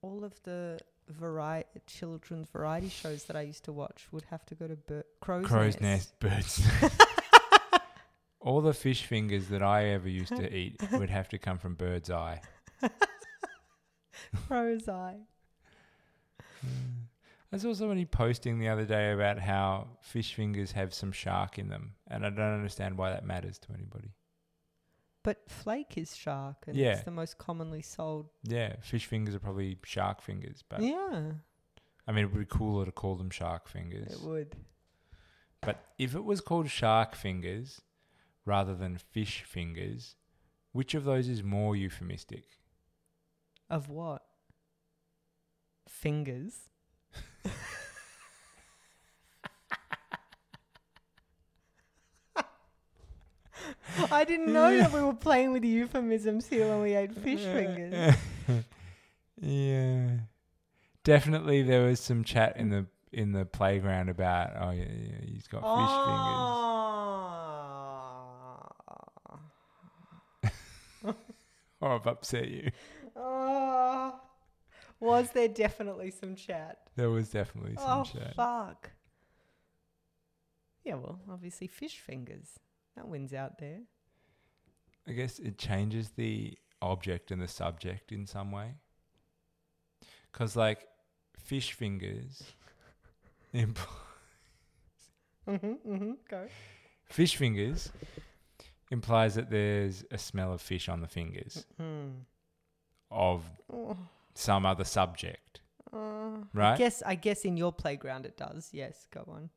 [SPEAKER 2] all of the variety children's variety shows that I used to watch would have to go to Bir- Crow's,
[SPEAKER 1] Crow's
[SPEAKER 2] Nest.
[SPEAKER 1] nest, bird's nest. All the fish fingers that I ever used to eat would have to come from bird's eye.
[SPEAKER 2] Crow's Eye. Hmm.
[SPEAKER 1] I saw somebody posting the other day about how fish fingers have some shark in them, and I don't understand why that matters to anybody.
[SPEAKER 2] But Flake is shark, and
[SPEAKER 1] Yeah.
[SPEAKER 2] it's the most commonly sold.
[SPEAKER 1] Yeah, fish fingers are probably shark fingers, but
[SPEAKER 2] yeah,
[SPEAKER 1] I mean, it would be cooler to call them shark fingers.
[SPEAKER 2] it would.
[SPEAKER 1] But if it was called shark fingers rather than fish fingers, which of those is more euphemistic?
[SPEAKER 2] Of what? Fingers. I didn't know that we were playing with euphemisms here when we ate fish fingers.
[SPEAKER 1] yeah, definitely. There was some chat in the in the playground about oh yeah, yeah he's got fish
[SPEAKER 2] Oh.
[SPEAKER 1] fingers. Or I've upset you.
[SPEAKER 2] Oh. Was there definitely some chat?
[SPEAKER 1] There was definitely some
[SPEAKER 2] Oh,
[SPEAKER 1] chat.
[SPEAKER 2] fuck. Yeah, well, obviously, fish fingers. That wins out there.
[SPEAKER 1] I guess it changes the object and the subject in some way. Cause like fish fingers, imp-
[SPEAKER 2] Mm-hmm, mm-hmm, go.
[SPEAKER 1] fish fingers implies that there's a smell of fish on the fingers Hmm.
[SPEAKER 2] Mm.
[SPEAKER 1] of
[SPEAKER 2] Oh.
[SPEAKER 1] some other subject,
[SPEAKER 2] Uh, I
[SPEAKER 1] right?
[SPEAKER 2] guess I guess in your playground it does. Yes, go on.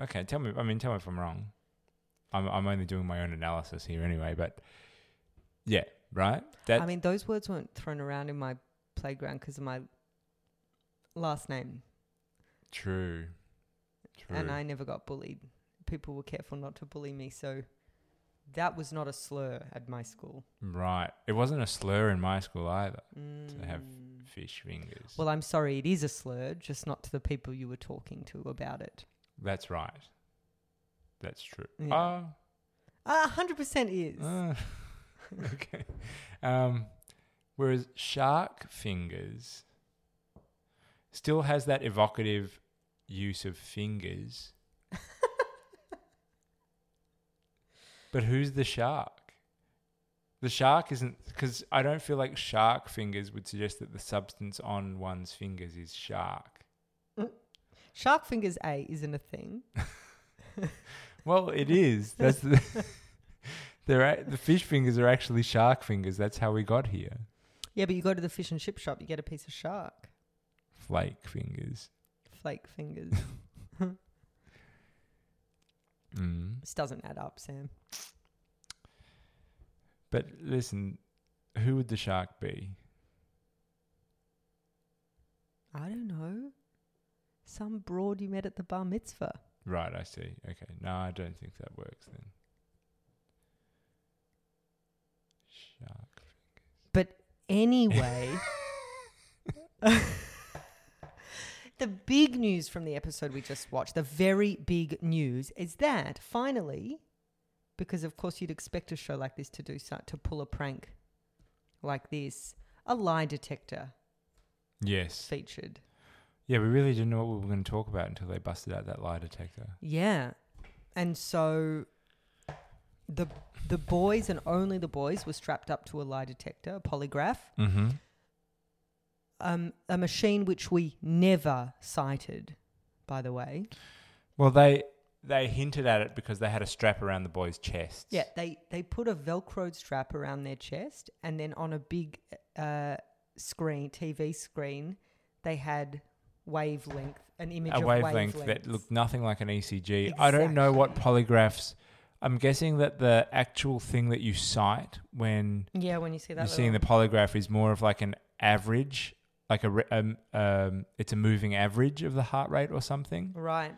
[SPEAKER 1] Okay, tell me. I mean, tell me if I'm wrong. I'm I'm only doing my own analysis here anyway, but yeah, right. That
[SPEAKER 2] I mean, those words weren't thrown around in my playground because of my last name,
[SPEAKER 1] true. True.
[SPEAKER 2] and I never got bullied. People were careful not to bully me, so that was not a slur at my school.
[SPEAKER 1] right. It wasn't a slur in my school either. have-
[SPEAKER 2] Mm.
[SPEAKER 1] Fish fingers.
[SPEAKER 2] Well, I'm sorry, it is a slur, just not to the people you were talking to about it.
[SPEAKER 1] That's right. That's true.
[SPEAKER 2] Yeah.
[SPEAKER 1] Oh,
[SPEAKER 2] A hundred percent is.
[SPEAKER 1] Uh, okay. Um, whereas shark fingers still has that evocative use of fingers. but who's the shark? The shark isn't because I don't feel like shark fingers would suggest that the substance on one's fingers is shark.
[SPEAKER 2] Shark fingers A isn't a thing.
[SPEAKER 1] Well, it is. That's the. They're a, the fish fingers are actually shark fingers. That's how we got here.
[SPEAKER 2] Yeah, but you go to the fish and chip shop, you get a piece of shark.
[SPEAKER 1] Flake fingers.
[SPEAKER 2] Flake fingers.
[SPEAKER 1] Mm.
[SPEAKER 2] this doesn't add up, Sam.
[SPEAKER 1] But listen, who would the shark be?
[SPEAKER 2] I don't know. Some broad you met at the bar mitzvah.
[SPEAKER 1] Right, I see. Okay, no, I don't think that works then. Shark.
[SPEAKER 2] Anyway, the big news from the episode we just watched, the very big news, is that finally, because of course you'd expect a show like this to do so, to pull a prank like this, a lie detector
[SPEAKER 1] Yes.
[SPEAKER 2] featured.
[SPEAKER 1] Yeah, we really didn't know what we were going to talk about until they busted out that lie detector.
[SPEAKER 2] Yeah. And so the the boys and only the boys were strapped up to a lie detector, a polygraph,
[SPEAKER 1] Mm-hmm.
[SPEAKER 2] um, a machine which we never cited, by the way.
[SPEAKER 1] Well, they they hinted at it because they had a strap around the boy's chest.
[SPEAKER 2] Yeah, they they put a velcro strap around their chest, and then on a big uh, screen, TV screen, they had wavelength, an image
[SPEAKER 1] a
[SPEAKER 2] of
[SPEAKER 1] wavelength that
[SPEAKER 2] wavelengths.
[SPEAKER 1] looked nothing like an ECG. I don't know what polygraphs. I'm guessing that the actual thing that you cite when
[SPEAKER 2] Yeah, when you see that,
[SPEAKER 1] you're seeing the
[SPEAKER 2] little-
[SPEAKER 1] polygraph is more of like an average like a re- um, um, it's a moving average of the heart rate or something,
[SPEAKER 2] Right.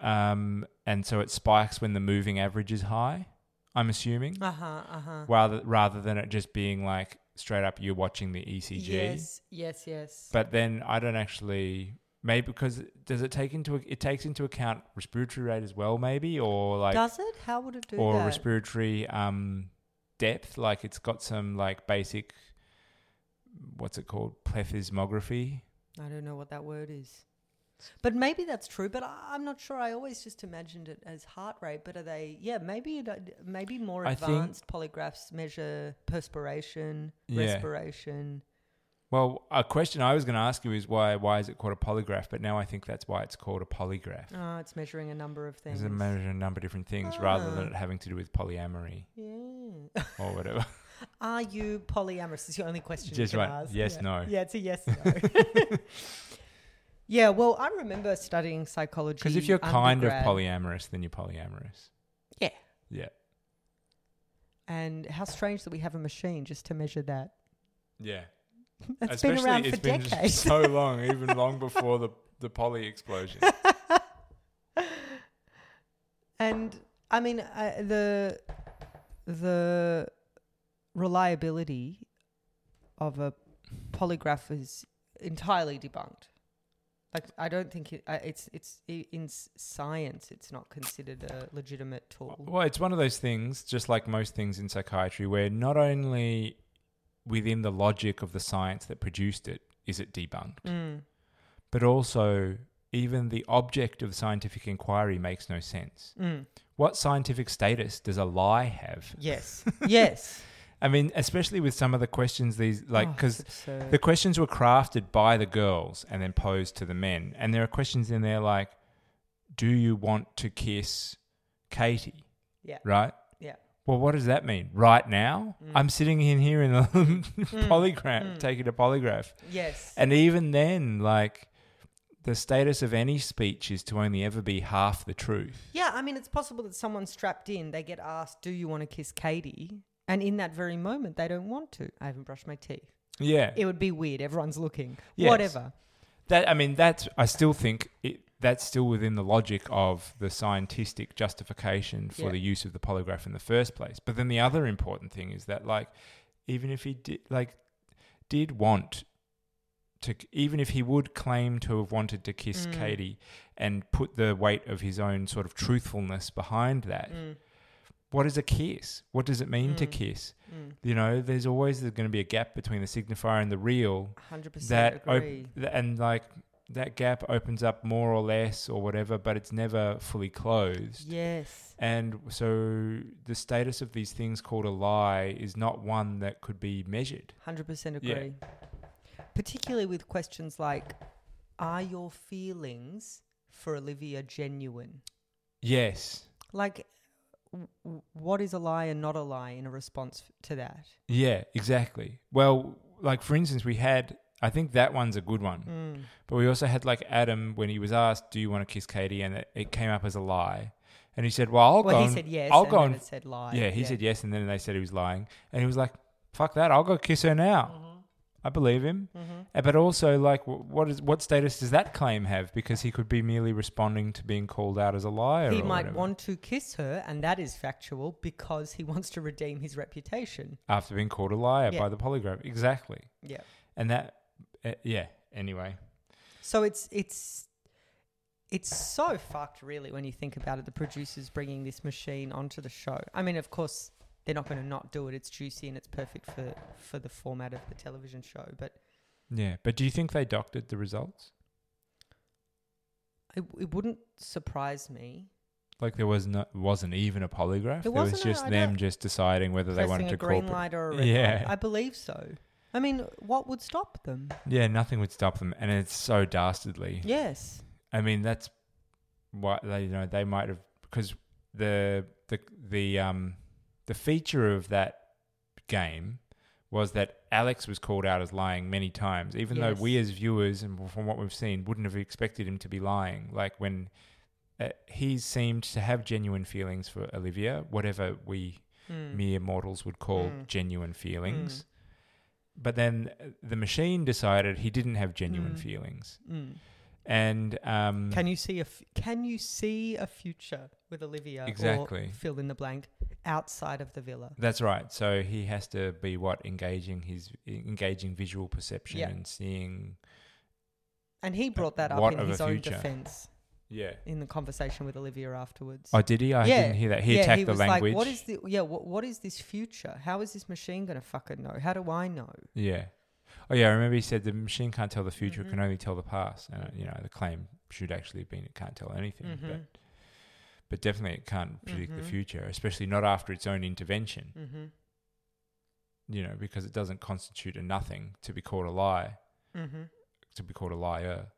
[SPEAKER 1] um, and so it spikes when the moving average is high. I'm assuming
[SPEAKER 2] Uh huh. Uh huh.
[SPEAKER 1] rather rather than it just being like straight up you're watching the ECG.
[SPEAKER 2] Yes. Yes. Yes.
[SPEAKER 1] But then I don't actually maybe because does it take into it takes into account respiratory rate as well maybe or like
[SPEAKER 2] Does it? How would it do
[SPEAKER 1] or
[SPEAKER 2] that?
[SPEAKER 1] respiratory um, depth. Like it's got some like basic, what's it called, plethysmography.
[SPEAKER 2] I don't know what that word is. But maybe that's true. But I, I'm not sure. I always just imagined it as heart rate. But are they? Yeah, maybe it, uh, maybe more
[SPEAKER 1] I think-
[SPEAKER 2] advanced polygraphs measure perspiration,
[SPEAKER 1] Yeah.
[SPEAKER 2] respiration.
[SPEAKER 1] Well, a question I was going to ask you is why why is it called a polygraph? But now I think that's why it's called a polygraph.
[SPEAKER 2] Oh, it's measuring a number of things.
[SPEAKER 1] Because it measures a number of different things rather than
[SPEAKER 2] Ah.
[SPEAKER 1] it having to do with polyamory
[SPEAKER 2] yeah.
[SPEAKER 1] or whatever.
[SPEAKER 2] Are you polyamorous? Is your only question.
[SPEAKER 1] Just
[SPEAKER 2] you can
[SPEAKER 1] right.
[SPEAKER 2] ask.
[SPEAKER 1] Yes,
[SPEAKER 2] Yeah.
[SPEAKER 1] no.
[SPEAKER 2] Yeah, it's a yes. No. yeah. Well, I remember studying psychology.
[SPEAKER 1] Because if you're kind of
[SPEAKER 2] undergrad,
[SPEAKER 1] polyamorous, then you're polyamorous.
[SPEAKER 2] Yeah.
[SPEAKER 1] Yeah.
[SPEAKER 2] and how strange that we have a machine just to measure that.
[SPEAKER 1] Yeah.
[SPEAKER 2] That's
[SPEAKER 1] Especially
[SPEAKER 2] been around for
[SPEAKER 1] it's been
[SPEAKER 2] decades.
[SPEAKER 1] so long, even long before the, the poly explosion.
[SPEAKER 2] and I mean uh, the the reliability of a polygraph is entirely debunked. Like I don't think it, uh, it's it's i- in s- science it's not considered a legitimate tool.
[SPEAKER 1] Well, it's one of those things, just like most things in psychiatry, where not only within the logic of the science that produced it is it debunked,
[SPEAKER 2] Mm.
[SPEAKER 1] but also even the object of scientific inquiry makes no sense.
[SPEAKER 2] Mm.
[SPEAKER 1] What scientific status does a lie have?
[SPEAKER 2] Yes. yes.
[SPEAKER 1] I mean, especially with some of the questions these like
[SPEAKER 2] Oh, it's
[SPEAKER 1] because
[SPEAKER 2] absurd.
[SPEAKER 1] the questions were crafted by the girls and then posed to the men, and there are questions in there like, "Do you want to kiss Katie?"
[SPEAKER 2] Yeah.
[SPEAKER 1] Right.
[SPEAKER 2] Yeah. Mm.
[SPEAKER 1] Well, what does that mean? Right now, I'm sitting in here in a polygraph, taking a polygraph,
[SPEAKER 2] yes.
[SPEAKER 1] and even then, like the status of any speech is to only ever be half the truth.
[SPEAKER 2] Yeah, I mean, it's possible that someone strapped in, they get asked, Do you want to kiss Katie? And in that very moment, they don't want to. I haven't brushed my teeth.
[SPEAKER 1] Yeah,
[SPEAKER 2] It would be weird. Everyone's looking.
[SPEAKER 1] Yes.
[SPEAKER 2] Whatever.
[SPEAKER 1] that I mean, that's I still think it, that's still within the logic of the scientific justification for
[SPEAKER 2] Yeah.
[SPEAKER 1] the use of the polygraph in the first place. But then the other important thing is that, like, even if he did, like, did want to, even if he would claim to have wanted to kiss
[SPEAKER 2] Mm.
[SPEAKER 1] Katie and put the weight of his own sort of truthfulness behind that,
[SPEAKER 2] Mm,
[SPEAKER 1] what is a kiss? What does it mean to
[SPEAKER 2] Mm.
[SPEAKER 1] kiss?
[SPEAKER 2] mm,
[SPEAKER 1] You know, there's always there's going to be a gap between the signifier and the real
[SPEAKER 2] 100%
[SPEAKER 1] that op-
[SPEAKER 2] agree.
[SPEAKER 1] th- and like that gap opens up more or less or whatever, but it's never fully closed.
[SPEAKER 2] yes.
[SPEAKER 1] And so the status of these things called a lie is not one that could be measured.
[SPEAKER 2] 100%
[SPEAKER 1] Yeah.
[SPEAKER 2] agree. Particularly with questions like Are your feelings for Olivia genuine?
[SPEAKER 1] Yes.
[SPEAKER 2] Like, w- w- what is a lie and not a lie in a response f- to that?
[SPEAKER 1] Yeah, exactly. Well, like for instance, we had I think that one's a good one.
[SPEAKER 2] Mm.
[SPEAKER 1] But we also had like Adam when he was asked, "Do you want to kiss Katie?" and it, it came up as a lie. And he said, "Well, I'll
[SPEAKER 2] well,
[SPEAKER 1] go."
[SPEAKER 2] he
[SPEAKER 1] and-
[SPEAKER 2] said yes.
[SPEAKER 1] I'll
[SPEAKER 2] and
[SPEAKER 1] go
[SPEAKER 2] then
[SPEAKER 1] and
[SPEAKER 2] it said lie.
[SPEAKER 1] Yeah, he said yes, and then they said he was lying, and he was like, "Fuck that! I'll go kiss her now."
[SPEAKER 2] Mm-hmm.
[SPEAKER 1] I believe him, Uh, but also like, wh- what is what status does that claim have? Because he could be merely responding to being called out as a liar.
[SPEAKER 2] He
[SPEAKER 1] or
[SPEAKER 2] might
[SPEAKER 1] whatever.
[SPEAKER 2] want to kiss her, and that is factual because he wants to redeem his reputation.
[SPEAKER 1] after being called a liar
[SPEAKER 2] Yeah.
[SPEAKER 1] by the polygraph, exactly.
[SPEAKER 2] Yeah.
[SPEAKER 1] And that, uh, yeah. Anyway,
[SPEAKER 2] So it's it's it's so fucked, really, when you think about it. The producers bringing this machine onto the show. I mean, of course, they're not going to not do it. It's juicy and it's perfect for for the format of the television show. But
[SPEAKER 1] yeah. But do you think they doctored the results?
[SPEAKER 2] it, it wouldn't surprise me.
[SPEAKER 1] Like there was no, wasn't even a polygraph. there
[SPEAKER 2] There
[SPEAKER 1] was
[SPEAKER 2] wasn't a-
[SPEAKER 1] just
[SPEAKER 2] I
[SPEAKER 1] them
[SPEAKER 2] don't-
[SPEAKER 1] just deciding whether they
[SPEAKER 2] pressing
[SPEAKER 1] wanted
[SPEAKER 2] a
[SPEAKER 1] to
[SPEAKER 2] green
[SPEAKER 1] corporate.
[SPEAKER 2] light or a red
[SPEAKER 1] Yeah.
[SPEAKER 2] light. I believe so. I mean, what would stop them?
[SPEAKER 1] Yeah, nothing would stop them, and it's so dastardly.
[SPEAKER 2] Yes.
[SPEAKER 1] I mean, that's why they you know they might have because the the the um the feature of that game was that Alex was called out as lying many times, even
[SPEAKER 2] Yes.
[SPEAKER 1] though we as viewers and from what we've seen wouldn't have expected him to be lying. Like when uh, he seemed to have genuine feelings for Olivia, whatever we
[SPEAKER 2] Mm.
[SPEAKER 1] mere mortals would call
[SPEAKER 2] Mm.
[SPEAKER 1] genuine feelings. but then uh, the machine decided he didn't have genuine
[SPEAKER 2] Mm.
[SPEAKER 1] feelings.
[SPEAKER 2] Mm.
[SPEAKER 1] And um,
[SPEAKER 2] Can you see a f- Can you see a future with Olivia?
[SPEAKER 1] Exactly.
[SPEAKER 2] Or fill in the blank outside of the villa.
[SPEAKER 1] That's right. So he has to be what engaging his engaging visual perception
[SPEAKER 2] Yeah.
[SPEAKER 1] and seeing.
[SPEAKER 2] And he brought that up
[SPEAKER 1] what
[SPEAKER 2] in
[SPEAKER 1] of a
[SPEAKER 2] his own
[SPEAKER 1] future?
[SPEAKER 2] defense
[SPEAKER 1] Yeah.
[SPEAKER 2] in the conversation with Olivia afterwards.
[SPEAKER 1] Oh, did he? I
[SPEAKER 2] Yeah.
[SPEAKER 1] didn't hear that. He
[SPEAKER 2] yeah,
[SPEAKER 1] attacked
[SPEAKER 2] he
[SPEAKER 1] the
[SPEAKER 2] was
[SPEAKER 1] language.
[SPEAKER 2] like, "What is the yeah? What, what is this future? How is this machine going to fucking know? How do I know?"
[SPEAKER 1] yeah. Oh yeah, I remember he said the machine can't tell the future; it can
[SPEAKER 2] Mhm.
[SPEAKER 1] only tell the past. And uh, you know, the claim should actually have been it can't tell anything, but
[SPEAKER 2] Mhm.
[SPEAKER 1] but definitely it can't predict
[SPEAKER 2] Mhm.
[SPEAKER 1] the future, especially not after its own intervention.
[SPEAKER 2] Mm-hmm.
[SPEAKER 1] You know, because it doesn't constitute a nothing to be called a lie.
[SPEAKER 2] Mm-hmm.
[SPEAKER 1] to be called a liar.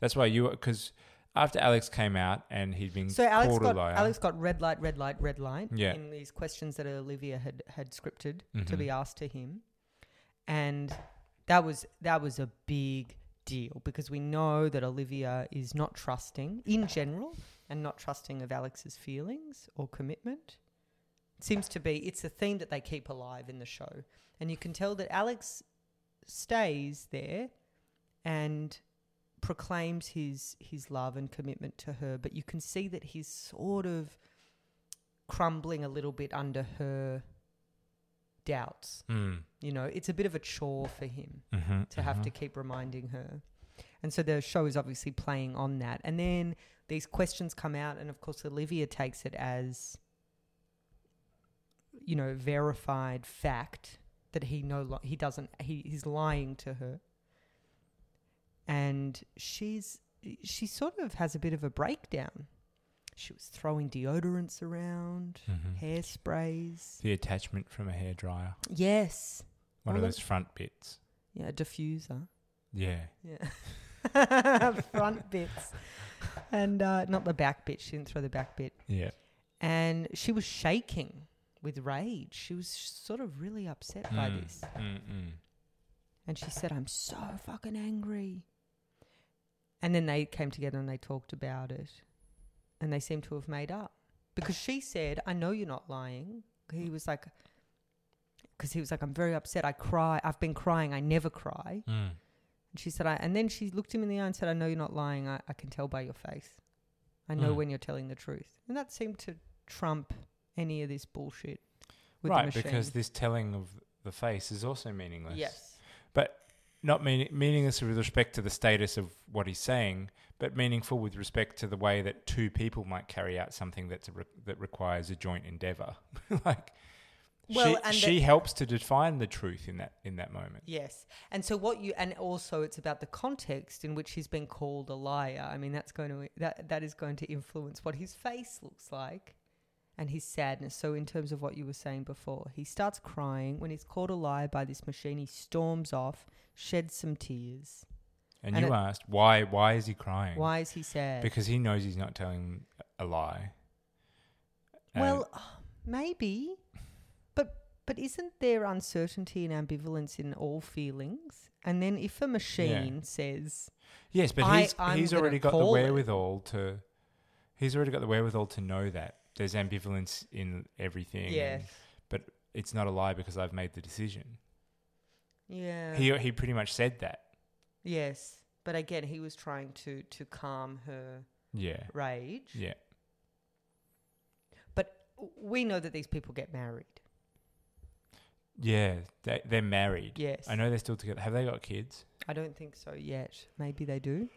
[SPEAKER 1] That's why you because after Alex came out and he'd been
[SPEAKER 2] So Alex
[SPEAKER 1] called
[SPEAKER 2] got
[SPEAKER 1] a Mm, liar.
[SPEAKER 2] Alex got red light, red light, red light
[SPEAKER 1] Yeah.
[SPEAKER 2] in these questions that Olivia had had scripted to
[SPEAKER 1] Mhm.
[SPEAKER 2] be asked to him, and that was that was a big deal because we know that Olivia is not trusting in general and not trusting of Alex's feelings or commitment. Seems to be it's a theme that they keep alive in the show, and you can tell that Alex stays there and proclaims his his love and commitment to her, but you can see that he's sort of crumbling a little bit under her doubts.
[SPEAKER 1] Mm.
[SPEAKER 2] You know, it's a bit of a chore for him
[SPEAKER 1] Mhm,
[SPEAKER 2] to have
[SPEAKER 1] mhm.
[SPEAKER 2] to keep reminding her. And so the show is obviously playing on that. And then these questions come out, and of course, Olivia takes it as, you know, verified fact that he no lo- he doesn't he, he's lying to her. And she's she sort of has a bit of a breakdown. She was throwing deodorants around,
[SPEAKER 1] Mhm.
[SPEAKER 2] hairsprays.
[SPEAKER 1] the attachment from a hairdryer,
[SPEAKER 2] Yes,
[SPEAKER 1] one
[SPEAKER 2] Oh,
[SPEAKER 1] of
[SPEAKER 2] look.
[SPEAKER 1] those front bits.
[SPEAKER 2] yeah, a diffuser.
[SPEAKER 1] Yeah,
[SPEAKER 2] Yeah. Front bits. And uh, not the back bit. She didn't throw the back bit.
[SPEAKER 1] yeah.
[SPEAKER 2] And she was shaking with rage. She was sort of really upset by
[SPEAKER 1] Mm,
[SPEAKER 2] this.
[SPEAKER 1] mm, mm.
[SPEAKER 2] And she said, I'm so fucking angry. And then they came together and they talked about it. And they seemed to have made up. Because she said, I know you're not lying. He was like, because he was like, I'm very upset. I cry. I've been crying. I never cry.
[SPEAKER 1] Mm.
[SPEAKER 2] And she said, I, and then she looked him in the eye and said, I know you're not lying. I, I can tell by your face. I know
[SPEAKER 1] Mm.
[SPEAKER 2] when you're telling the truth. And that seemed to trump any of this bullshit with the
[SPEAKER 1] Right,
[SPEAKER 2] machine.
[SPEAKER 1] because this telling of the face is also meaningless.
[SPEAKER 2] yes.
[SPEAKER 1] but not meaning meaningless with respect to the status of what he's saying, but meaningful with respect to the way that two people might carry out something that's a re- that requires a joint endeavor. like,
[SPEAKER 2] Well,
[SPEAKER 1] she,
[SPEAKER 2] and
[SPEAKER 1] she
[SPEAKER 2] the-
[SPEAKER 1] helps to define the truth in that in that moment.
[SPEAKER 2] Yes. And so what you and also it's about the context in which he's been called a liar. I mean, that's going to that that is going to influence what his face looks like and his sadness. So in terms of what you were saying before, he starts crying when he's called a liar by this machine. He storms off, sheds some tears.
[SPEAKER 1] And,
[SPEAKER 2] And
[SPEAKER 1] you
[SPEAKER 2] it-
[SPEAKER 1] asked why why is he crying?
[SPEAKER 2] Why is he sad?
[SPEAKER 1] Because he knows he's not telling a lie. And-
[SPEAKER 2] well, maybe, but but isn't there uncertainty and ambivalence in all feelings? And then if a machine says,
[SPEAKER 1] yes, but
[SPEAKER 2] I-
[SPEAKER 1] he's
[SPEAKER 2] I'm
[SPEAKER 1] he's
[SPEAKER 2] gonna
[SPEAKER 1] already got the
[SPEAKER 2] call it.
[SPEAKER 1] wherewithal to he's already got the wherewithal to know that there's ambivalence in everything.
[SPEAKER 2] yeah,
[SPEAKER 1] and but it's not a lie because I've made the decision.
[SPEAKER 2] yeah,
[SPEAKER 1] He he pretty much said that.
[SPEAKER 2] yes, but again, he was trying to to calm her
[SPEAKER 1] Yeah.
[SPEAKER 2] rage.
[SPEAKER 1] Yeah.
[SPEAKER 2] But we know that these people get married.
[SPEAKER 1] Yeah. They they're married.
[SPEAKER 2] Yes,
[SPEAKER 1] I know they're still together. Have they got kids?
[SPEAKER 2] I don't think so yet. Maybe they do.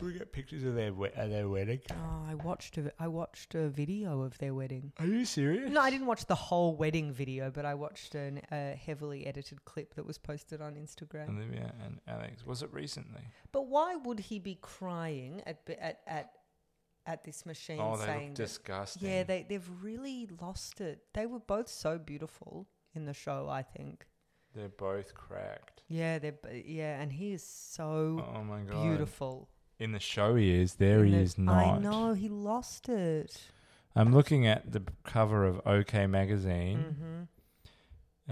[SPEAKER 1] We get pictures of their we- of their wedding.
[SPEAKER 2] Oh, I watched a I watched a video of their wedding.
[SPEAKER 1] Are you serious?
[SPEAKER 2] No, I didn't watch the whole wedding video, but I watched an, a heavily edited clip that was posted on Instagram.
[SPEAKER 1] Olivia and Alex. Was it recently?
[SPEAKER 2] But why would he be crying at b- at at, at this machine
[SPEAKER 1] Oh, they
[SPEAKER 2] saying
[SPEAKER 1] look
[SPEAKER 2] that-
[SPEAKER 1] disgusting.
[SPEAKER 2] Yeah, they they've really lost it. They were both so beautiful in the show, I think.
[SPEAKER 1] They're both cracked.
[SPEAKER 2] Yeah, they are yeah, and he is so
[SPEAKER 1] Oh my god.
[SPEAKER 2] beautiful.
[SPEAKER 1] In the show he is, there he
[SPEAKER 2] And the-
[SPEAKER 1] is not.
[SPEAKER 2] I know he lost it.
[SPEAKER 1] I'm looking at the cover of OK magazine.
[SPEAKER 2] hmm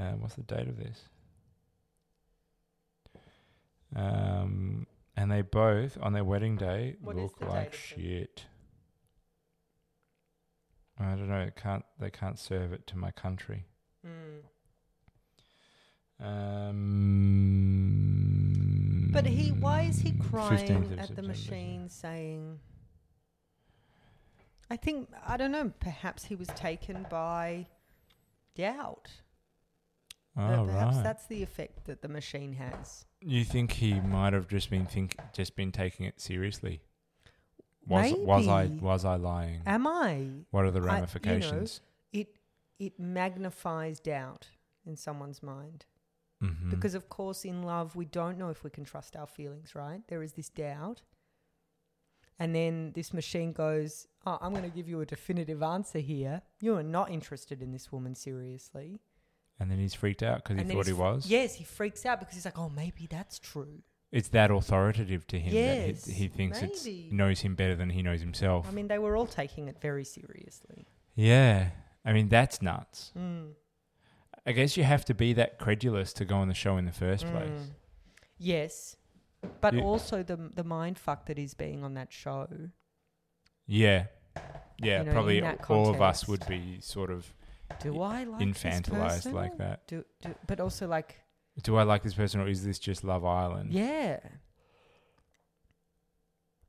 [SPEAKER 1] Uh, what's the date of this? Um, and they both on their wedding day
[SPEAKER 2] What is
[SPEAKER 1] look
[SPEAKER 2] the date
[SPEAKER 1] like
[SPEAKER 2] of the-
[SPEAKER 1] shit. I don't know. It can't they can't serve it to my country?
[SPEAKER 2] Mm.
[SPEAKER 1] Um,
[SPEAKER 2] But he, why is he
[SPEAKER 1] 15th
[SPEAKER 2] crying
[SPEAKER 1] of
[SPEAKER 2] at the
[SPEAKER 1] September, isn't it?
[SPEAKER 2] machine saying, I think, I don't know, perhaps he was taken by doubt.
[SPEAKER 1] Oh,
[SPEAKER 2] perhaps
[SPEAKER 1] right.
[SPEAKER 2] that's the effect that the machine has.
[SPEAKER 1] You think he might have just been think just been taking it seriously? Was was I
[SPEAKER 2] Maybe.
[SPEAKER 1] was I lying?
[SPEAKER 2] Am I?
[SPEAKER 1] what are the
[SPEAKER 2] I- you know,
[SPEAKER 1] ramifications?
[SPEAKER 2] It, it magnifies doubt in someone's mind.
[SPEAKER 1] hmm
[SPEAKER 2] Because, of course, in love, we don't know if we can trust our feelings, right? There is this doubt. And then this machine goes, Oh, I'm going to give you a definitive answer here. You are not interested in this woman, seriously.
[SPEAKER 1] and then he's freaked out because he
[SPEAKER 2] And then
[SPEAKER 1] thought he
[SPEAKER 2] he's-
[SPEAKER 1] was.
[SPEAKER 2] Yes, he freaks out because he's like, Oh, maybe that's true.
[SPEAKER 1] It's that authoritative to him
[SPEAKER 2] Yes,
[SPEAKER 1] that he, he thinks it's
[SPEAKER 2] maybe.
[SPEAKER 1] knows him better than he knows himself.
[SPEAKER 2] I mean, they were all taking it very seriously.
[SPEAKER 1] yeah, I mean that's nuts.
[SPEAKER 2] Mm.
[SPEAKER 1] I guess you have to be that credulous to go on the show in the first place.
[SPEAKER 2] Mm. Yes. But
[SPEAKER 1] You-
[SPEAKER 2] also the, the mind fuck that is being on that show.
[SPEAKER 1] Yeah, yeah,
[SPEAKER 2] You know,
[SPEAKER 1] probably
[SPEAKER 2] in that
[SPEAKER 1] all of us would
[SPEAKER 2] context.
[SPEAKER 1] be sort of
[SPEAKER 2] Do I like this
[SPEAKER 1] infantilized
[SPEAKER 2] person?
[SPEAKER 1] like that.
[SPEAKER 2] Do, do, but also like,
[SPEAKER 1] Do I like this person or is this just Love Island?
[SPEAKER 2] yeah.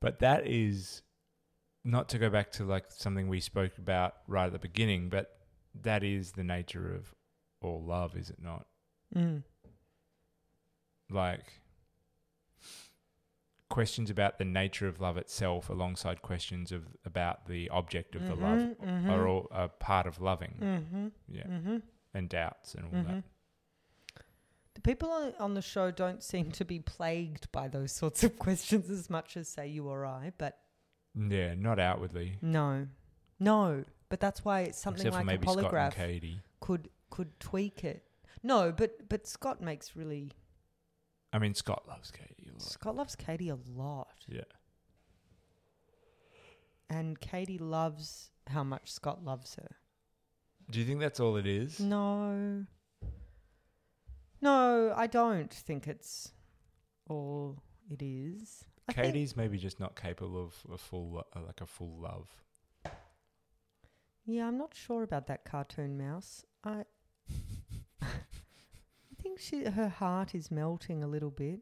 [SPEAKER 1] But that is not to go back to like something we spoke about right at the beginning, but that is the nature of all love, is it not?
[SPEAKER 2] Mm.
[SPEAKER 1] Like questions about the nature of love itself alongside questions of about the object of the love
[SPEAKER 2] Mhm,
[SPEAKER 1] are
[SPEAKER 2] mhm.
[SPEAKER 1] all a part of loving.
[SPEAKER 2] Mm-hmm.
[SPEAKER 1] Yeah.
[SPEAKER 2] Mm-hmm.
[SPEAKER 1] And doubts and all that.
[SPEAKER 2] Mhm. The people on, on the show don't seem to be plagued by those sorts of questions as much as, say, you or I, but Mm-hmm.
[SPEAKER 1] Yeah, not outwardly.
[SPEAKER 2] no. No. But that's why it's Mm-hmm. something
[SPEAKER 1] except for
[SPEAKER 2] like
[SPEAKER 1] maybe
[SPEAKER 2] a
[SPEAKER 1] Scott and
[SPEAKER 2] polygraph
[SPEAKER 1] Katie.
[SPEAKER 2] could could tweak it. No, but but Scott makes really
[SPEAKER 1] I mean Scott loves Katie a lot.
[SPEAKER 2] Scott loves Katie a lot.
[SPEAKER 1] Yeah.
[SPEAKER 2] And Katie loves how much Scott loves her.
[SPEAKER 1] Do you think that's all it is?
[SPEAKER 2] No. No, I don't think it's all it is. I think-
[SPEAKER 1] Katie's maybe just not capable of a full uh, like a full love.
[SPEAKER 2] Yeah, I'm not sure about that cartoon mouse. I I think she her heart is melting a little bit.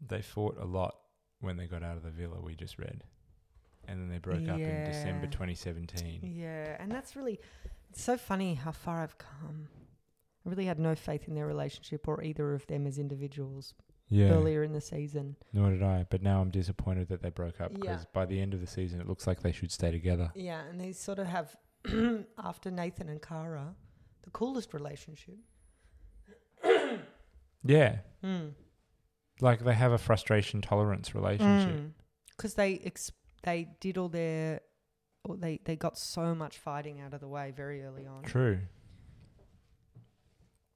[SPEAKER 1] They fought a lot when they got out of the villa we just read. And then they broke up in December
[SPEAKER 2] Yeah.
[SPEAKER 1] 2017.
[SPEAKER 2] Yeah, and that's really it's so funny how far I've come. I really had no faith in their relationship or either of them as individuals
[SPEAKER 1] Yeah.
[SPEAKER 2] earlier in the season.
[SPEAKER 1] Nor did I, but now I'm disappointed that they broke up
[SPEAKER 2] Yeah.
[SPEAKER 1] because by the end of the season it looks like they should stay together.
[SPEAKER 2] Yeah, and they sort of have after Nathan and Kara, the coolest relationship.
[SPEAKER 1] Yeah.
[SPEAKER 2] Mm.
[SPEAKER 1] Like they have a frustration tolerance relationship.
[SPEAKER 2] Because Mm. they ex- they did all their, or they they got so much fighting out of the way very early on,
[SPEAKER 1] True.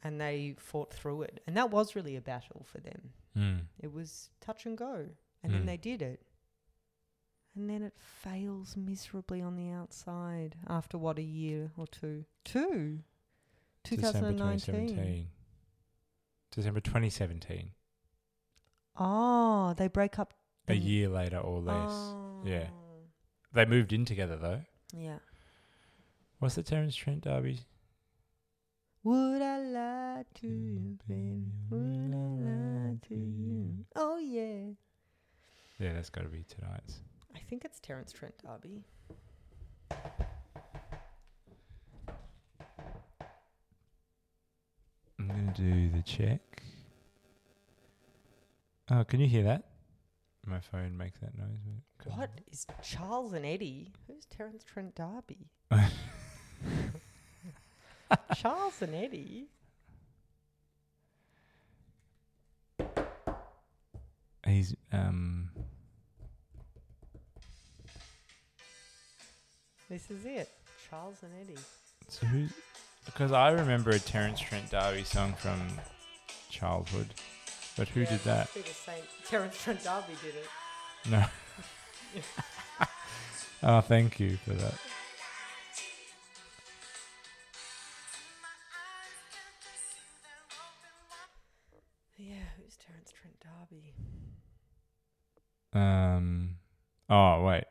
[SPEAKER 2] and they fought through it, and that was really a battle for them.
[SPEAKER 1] Mm.
[SPEAKER 2] It was touch and go, and then
[SPEAKER 1] Mm.
[SPEAKER 2] they did it, and then it fails miserably on the outside after what a year or two, two, two thousand
[SPEAKER 1] December
[SPEAKER 2] and nineteen.
[SPEAKER 1] 2017. December 2017.
[SPEAKER 2] Oh, they break up
[SPEAKER 1] A
[SPEAKER 2] the-
[SPEAKER 1] year later or less. Yeah.
[SPEAKER 2] Oh.
[SPEAKER 1] They moved in together though.
[SPEAKER 2] yeah.
[SPEAKER 1] What's the Terence Trent Derby
[SPEAKER 2] Would I lie to you,
[SPEAKER 1] Mm,
[SPEAKER 2] baby?
[SPEAKER 1] baby,
[SPEAKER 2] Would I lie to
[SPEAKER 1] you?
[SPEAKER 2] you? Oh yeah.
[SPEAKER 1] Yeah, that's got to be tonight's.
[SPEAKER 2] I think it's Terence Trent D'Arby.
[SPEAKER 1] I'm going to do the check. Oh, can you hear that? My phone makes that noise. when it comes
[SPEAKER 2] What is Charles and Eddie? Who's Terence Trent D'Arby?
[SPEAKER 1] on.
[SPEAKER 2] Charles and Eddie.
[SPEAKER 1] He's um
[SPEAKER 2] This is it. Charles and Eddie.
[SPEAKER 1] so who because I remember a Terence Trent D'Arby song from childhood. But who
[SPEAKER 2] Yeah,
[SPEAKER 1] did
[SPEAKER 2] it
[SPEAKER 1] that?
[SPEAKER 2] must be the same. Terence Trent D'Arby did it.
[SPEAKER 1] No. oh, thank you for that.
[SPEAKER 2] Yeah, who's Terence Trent D'Arby?
[SPEAKER 1] Um Oh, wait.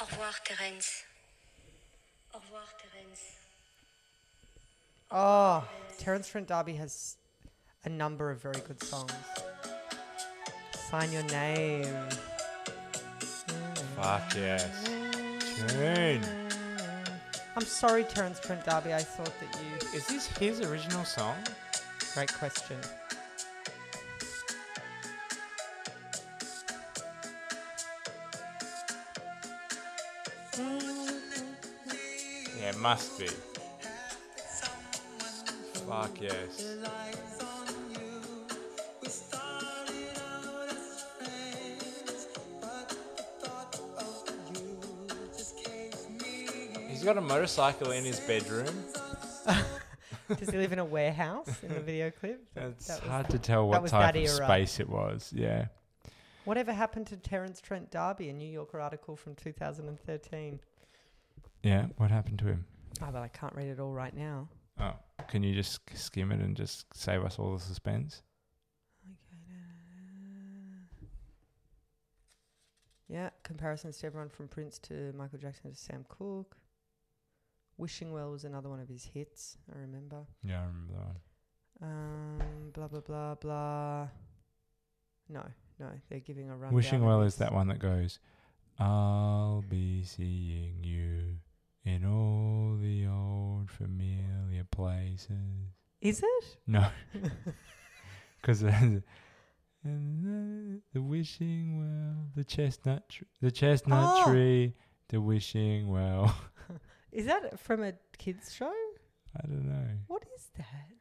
[SPEAKER 3] Au revoir, Terence. Au revoir, Terence.
[SPEAKER 2] Oh, Terence Trent D'Arby has a number of very good songs. Sign your name.
[SPEAKER 1] Fuck yes. Tune.
[SPEAKER 2] I'm sorry, Terence Trent D'Arby. I thought that you.
[SPEAKER 1] Is this his original song?
[SPEAKER 2] Great question.
[SPEAKER 1] Yeah, it must be. Fuck yes. He's got a motorcycle in his bedroom.
[SPEAKER 2] Does he live in a warehouse in the video clip?
[SPEAKER 1] It's
[SPEAKER 2] That was-
[SPEAKER 1] hard to tell what
[SPEAKER 2] was
[SPEAKER 1] type
[SPEAKER 2] that
[SPEAKER 1] of
[SPEAKER 2] era.
[SPEAKER 1] space it was. Yeah.
[SPEAKER 2] Whatever happened to Terence Trent D'Arby, a New Yorker article from 2013?
[SPEAKER 1] Yeah. What happened to him?
[SPEAKER 2] Oh, well, I can't read it all right now.
[SPEAKER 1] Oh, can you just sk- skim it and just save us all the suspense?
[SPEAKER 2] Yeah, comparisons to everyone from Prince to Michael Jackson to Sam Cooke. Wishing Well was another one of his hits, I remember.
[SPEAKER 1] Yeah, I remember that one.
[SPEAKER 2] Um, blah, blah, blah, blah. No, no, they're giving a run.
[SPEAKER 1] Wishing Well is that one that goes, I'll be seeing you in all the old familiar places.
[SPEAKER 2] Is it?
[SPEAKER 1] No. Because the, and the- the wishing well, the chestnut, tr- the chestnut
[SPEAKER 2] Oh.
[SPEAKER 1] tree, the wishing well.
[SPEAKER 2] Is that from a kids show?
[SPEAKER 1] I don't know.
[SPEAKER 2] What is that?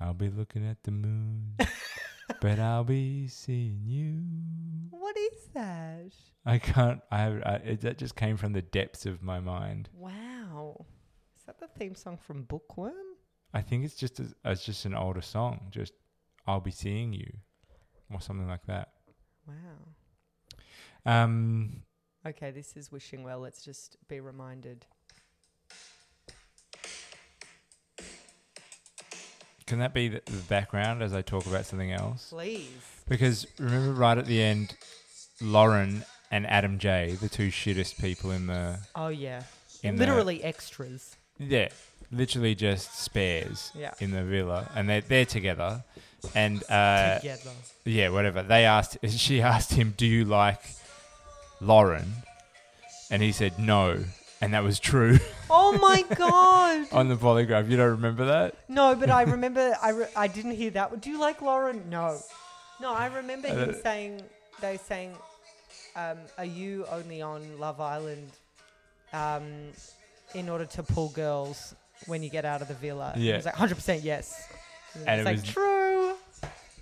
[SPEAKER 1] I'll be looking at the moon, but I'll be seeing you.
[SPEAKER 2] What is that?
[SPEAKER 1] I can't. I, have- I it, that just came from the depths of my mind.
[SPEAKER 2] Wow. Is that the theme song from Bookworm?
[SPEAKER 1] I think it's just as, it's just an older song, just I'll be seeing you, or something like that.
[SPEAKER 2] Wow.
[SPEAKER 1] Um,
[SPEAKER 2] Okay, this is Wishing Well. Let's just be reminded.
[SPEAKER 1] can that be the, the background as I talk about something else?
[SPEAKER 2] Please.
[SPEAKER 1] Because remember, right at the end, Lauren and Adam J, the two shittest people in the
[SPEAKER 2] Oh, yeah.
[SPEAKER 1] in the-
[SPEAKER 2] Literally extras.
[SPEAKER 1] yeah, literally just spares
[SPEAKER 2] Yeah.
[SPEAKER 1] in the villa, and they they're together, and uh,
[SPEAKER 2] Together.
[SPEAKER 1] yeah, whatever. They asked, she asked him, "Do you like Lauren?" And he said, "No," and that was true
[SPEAKER 2] Oh, my God.
[SPEAKER 1] on the polygraph. You don't remember that?
[SPEAKER 2] No, but I remember I, re- I didn't hear that. Do you like Lauren? No, no. I remember
[SPEAKER 1] Uh,
[SPEAKER 2] him saying they saying, um, "Are you only on Love Island um, in order to pull girls when you get out of the villa?" And
[SPEAKER 1] Yeah.
[SPEAKER 2] it was like hundred percent yes.
[SPEAKER 1] And
[SPEAKER 2] it's
[SPEAKER 1] it
[SPEAKER 2] like
[SPEAKER 1] was-
[SPEAKER 2] true.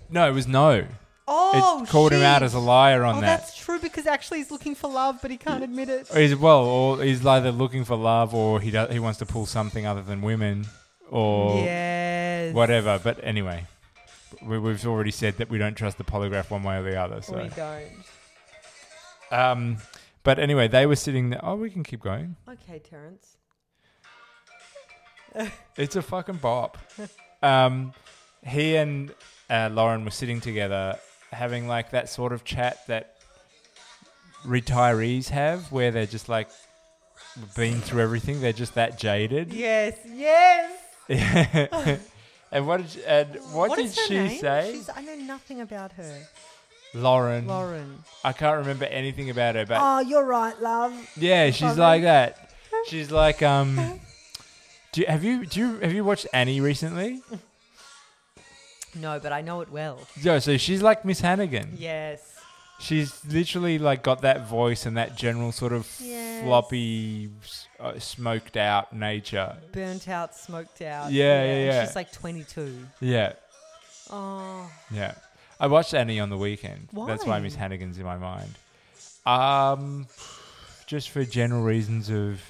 [SPEAKER 1] No, it was no.
[SPEAKER 2] Oh,
[SPEAKER 1] it called him out
[SPEAKER 2] shit.
[SPEAKER 1] as a liar on
[SPEAKER 2] oh,
[SPEAKER 1] that.
[SPEAKER 2] that's true because actually he's looking for love, but he can't admit it.
[SPEAKER 1] He's well, or he's either looking for love, or he does, he wants to pull something other than women, or
[SPEAKER 2] yes.
[SPEAKER 1] Oh, whatever. But anyway, we, we've already said that we don't trust the polygraph one way or the other. So,
[SPEAKER 2] We don't.
[SPEAKER 1] um, but anyway, they were sitting there. Oh, we can keep going.
[SPEAKER 2] Okay, Terence.
[SPEAKER 1] It's a fucking bop. um, he and uh, Lauren were sitting together, having like that sort of chat that retirees have, where they're just like been through everything. They're just that jaded.
[SPEAKER 2] Yes. Yes.
[SPEAKER 1] and what did and what,
[SPEAKER 2] What
[SPEAKER 1] did
[SPEAKER 2] is her
[SPEAKER 1] she
[SPEAKER 2] name?
[SPEAKER 1] say? Mm.
[SPEAKER 2] She's, I know nothing about her.
[SPEAKER 1] Lauren.
[SPEAKER 2] Lauren.
[SPEAKER 1] I can't remember anything about her, but
[SPEAKER 2] Oh, you're right, love.
[SPEAKER 1] yeah, she's like that. She's like um. Do you, have you do you have you watched Annie recently?
[SPEAKER 2] No, but I know it well.
[SPEAKER 1] Yeah, so she's like Miss Hannigan.
[SPEAKER 2] Yes.
[SPEAKER 1] She's literally like got that voice and that general sort of
[SPEAKER 2] Yes.
[SPEAKER 1] floppy, s- uh, smoked out nature.
[SPEAKER 2] Burnt out, smoked out.
[SPEAKER 1] Yeah, yeah,
[SPEAKER 2] and
[SPEAKER 1] yeah.
[SPEAKER 2] She's like 22.
[SPEAKER 1] Yeah,
[SPEAKER 2] Oh,
[SPEAKER 1] yeah. I watched Annie on the weekend. That's why
[SPEAKER 2] Why?
[SPEAKER 1] Miss Hannigan's in my mind. Um, just for general reasons of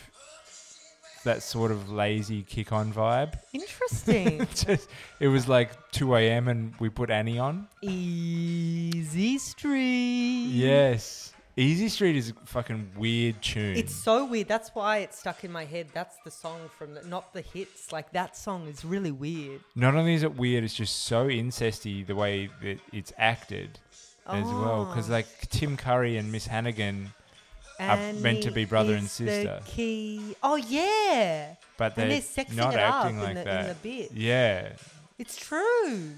[SPEAKER 1] that sort of lazy kick on vibe.
[SPEAKER 2] interesting.
[SPEAKER 1] Just- it was like 2 a.m. and we put Annie on.
[SPEAKER 2] Easy Street.
[SPEAKER 1] Yes. Easy Street is a fucking weird tune.
[SPEAKER 2] It's so weird. That's why it's stuck in my head. That's the song from the, not the hits. Like that song is really weird.
[SPEAKER 1] Not only is it weird, it's just so incesty the way
[SPEAKER 2] Oh.
[SPEAKER 1] that it's acted as well. Because like Tim Curry and Miss Hannigan are meant to
[SPEAKER 2] Annie
[SPEAKER 1] be brother and
[SPEAKER 2] is the
[SPEAKER 1] sister,
[SPEAKER 2] key. Oh yeah,
[SPEAKER 1] but
[SPEAKER 2] and they're
[SPEAKER 1] they're
[SPEAKER 2] sexing
[SPEAKER 1] not
[SPEAKER 2] it up
[SPEAKER 1] acting
[SPEAKER 2] in,
[SPEAKER 1] like
[SPEAKER 2] the, in the
[SPEAKER 1] that.
[SPEAKER 2] bit.
[SPEAKER 1] Yeah,
[SPEAKER 2] It's true.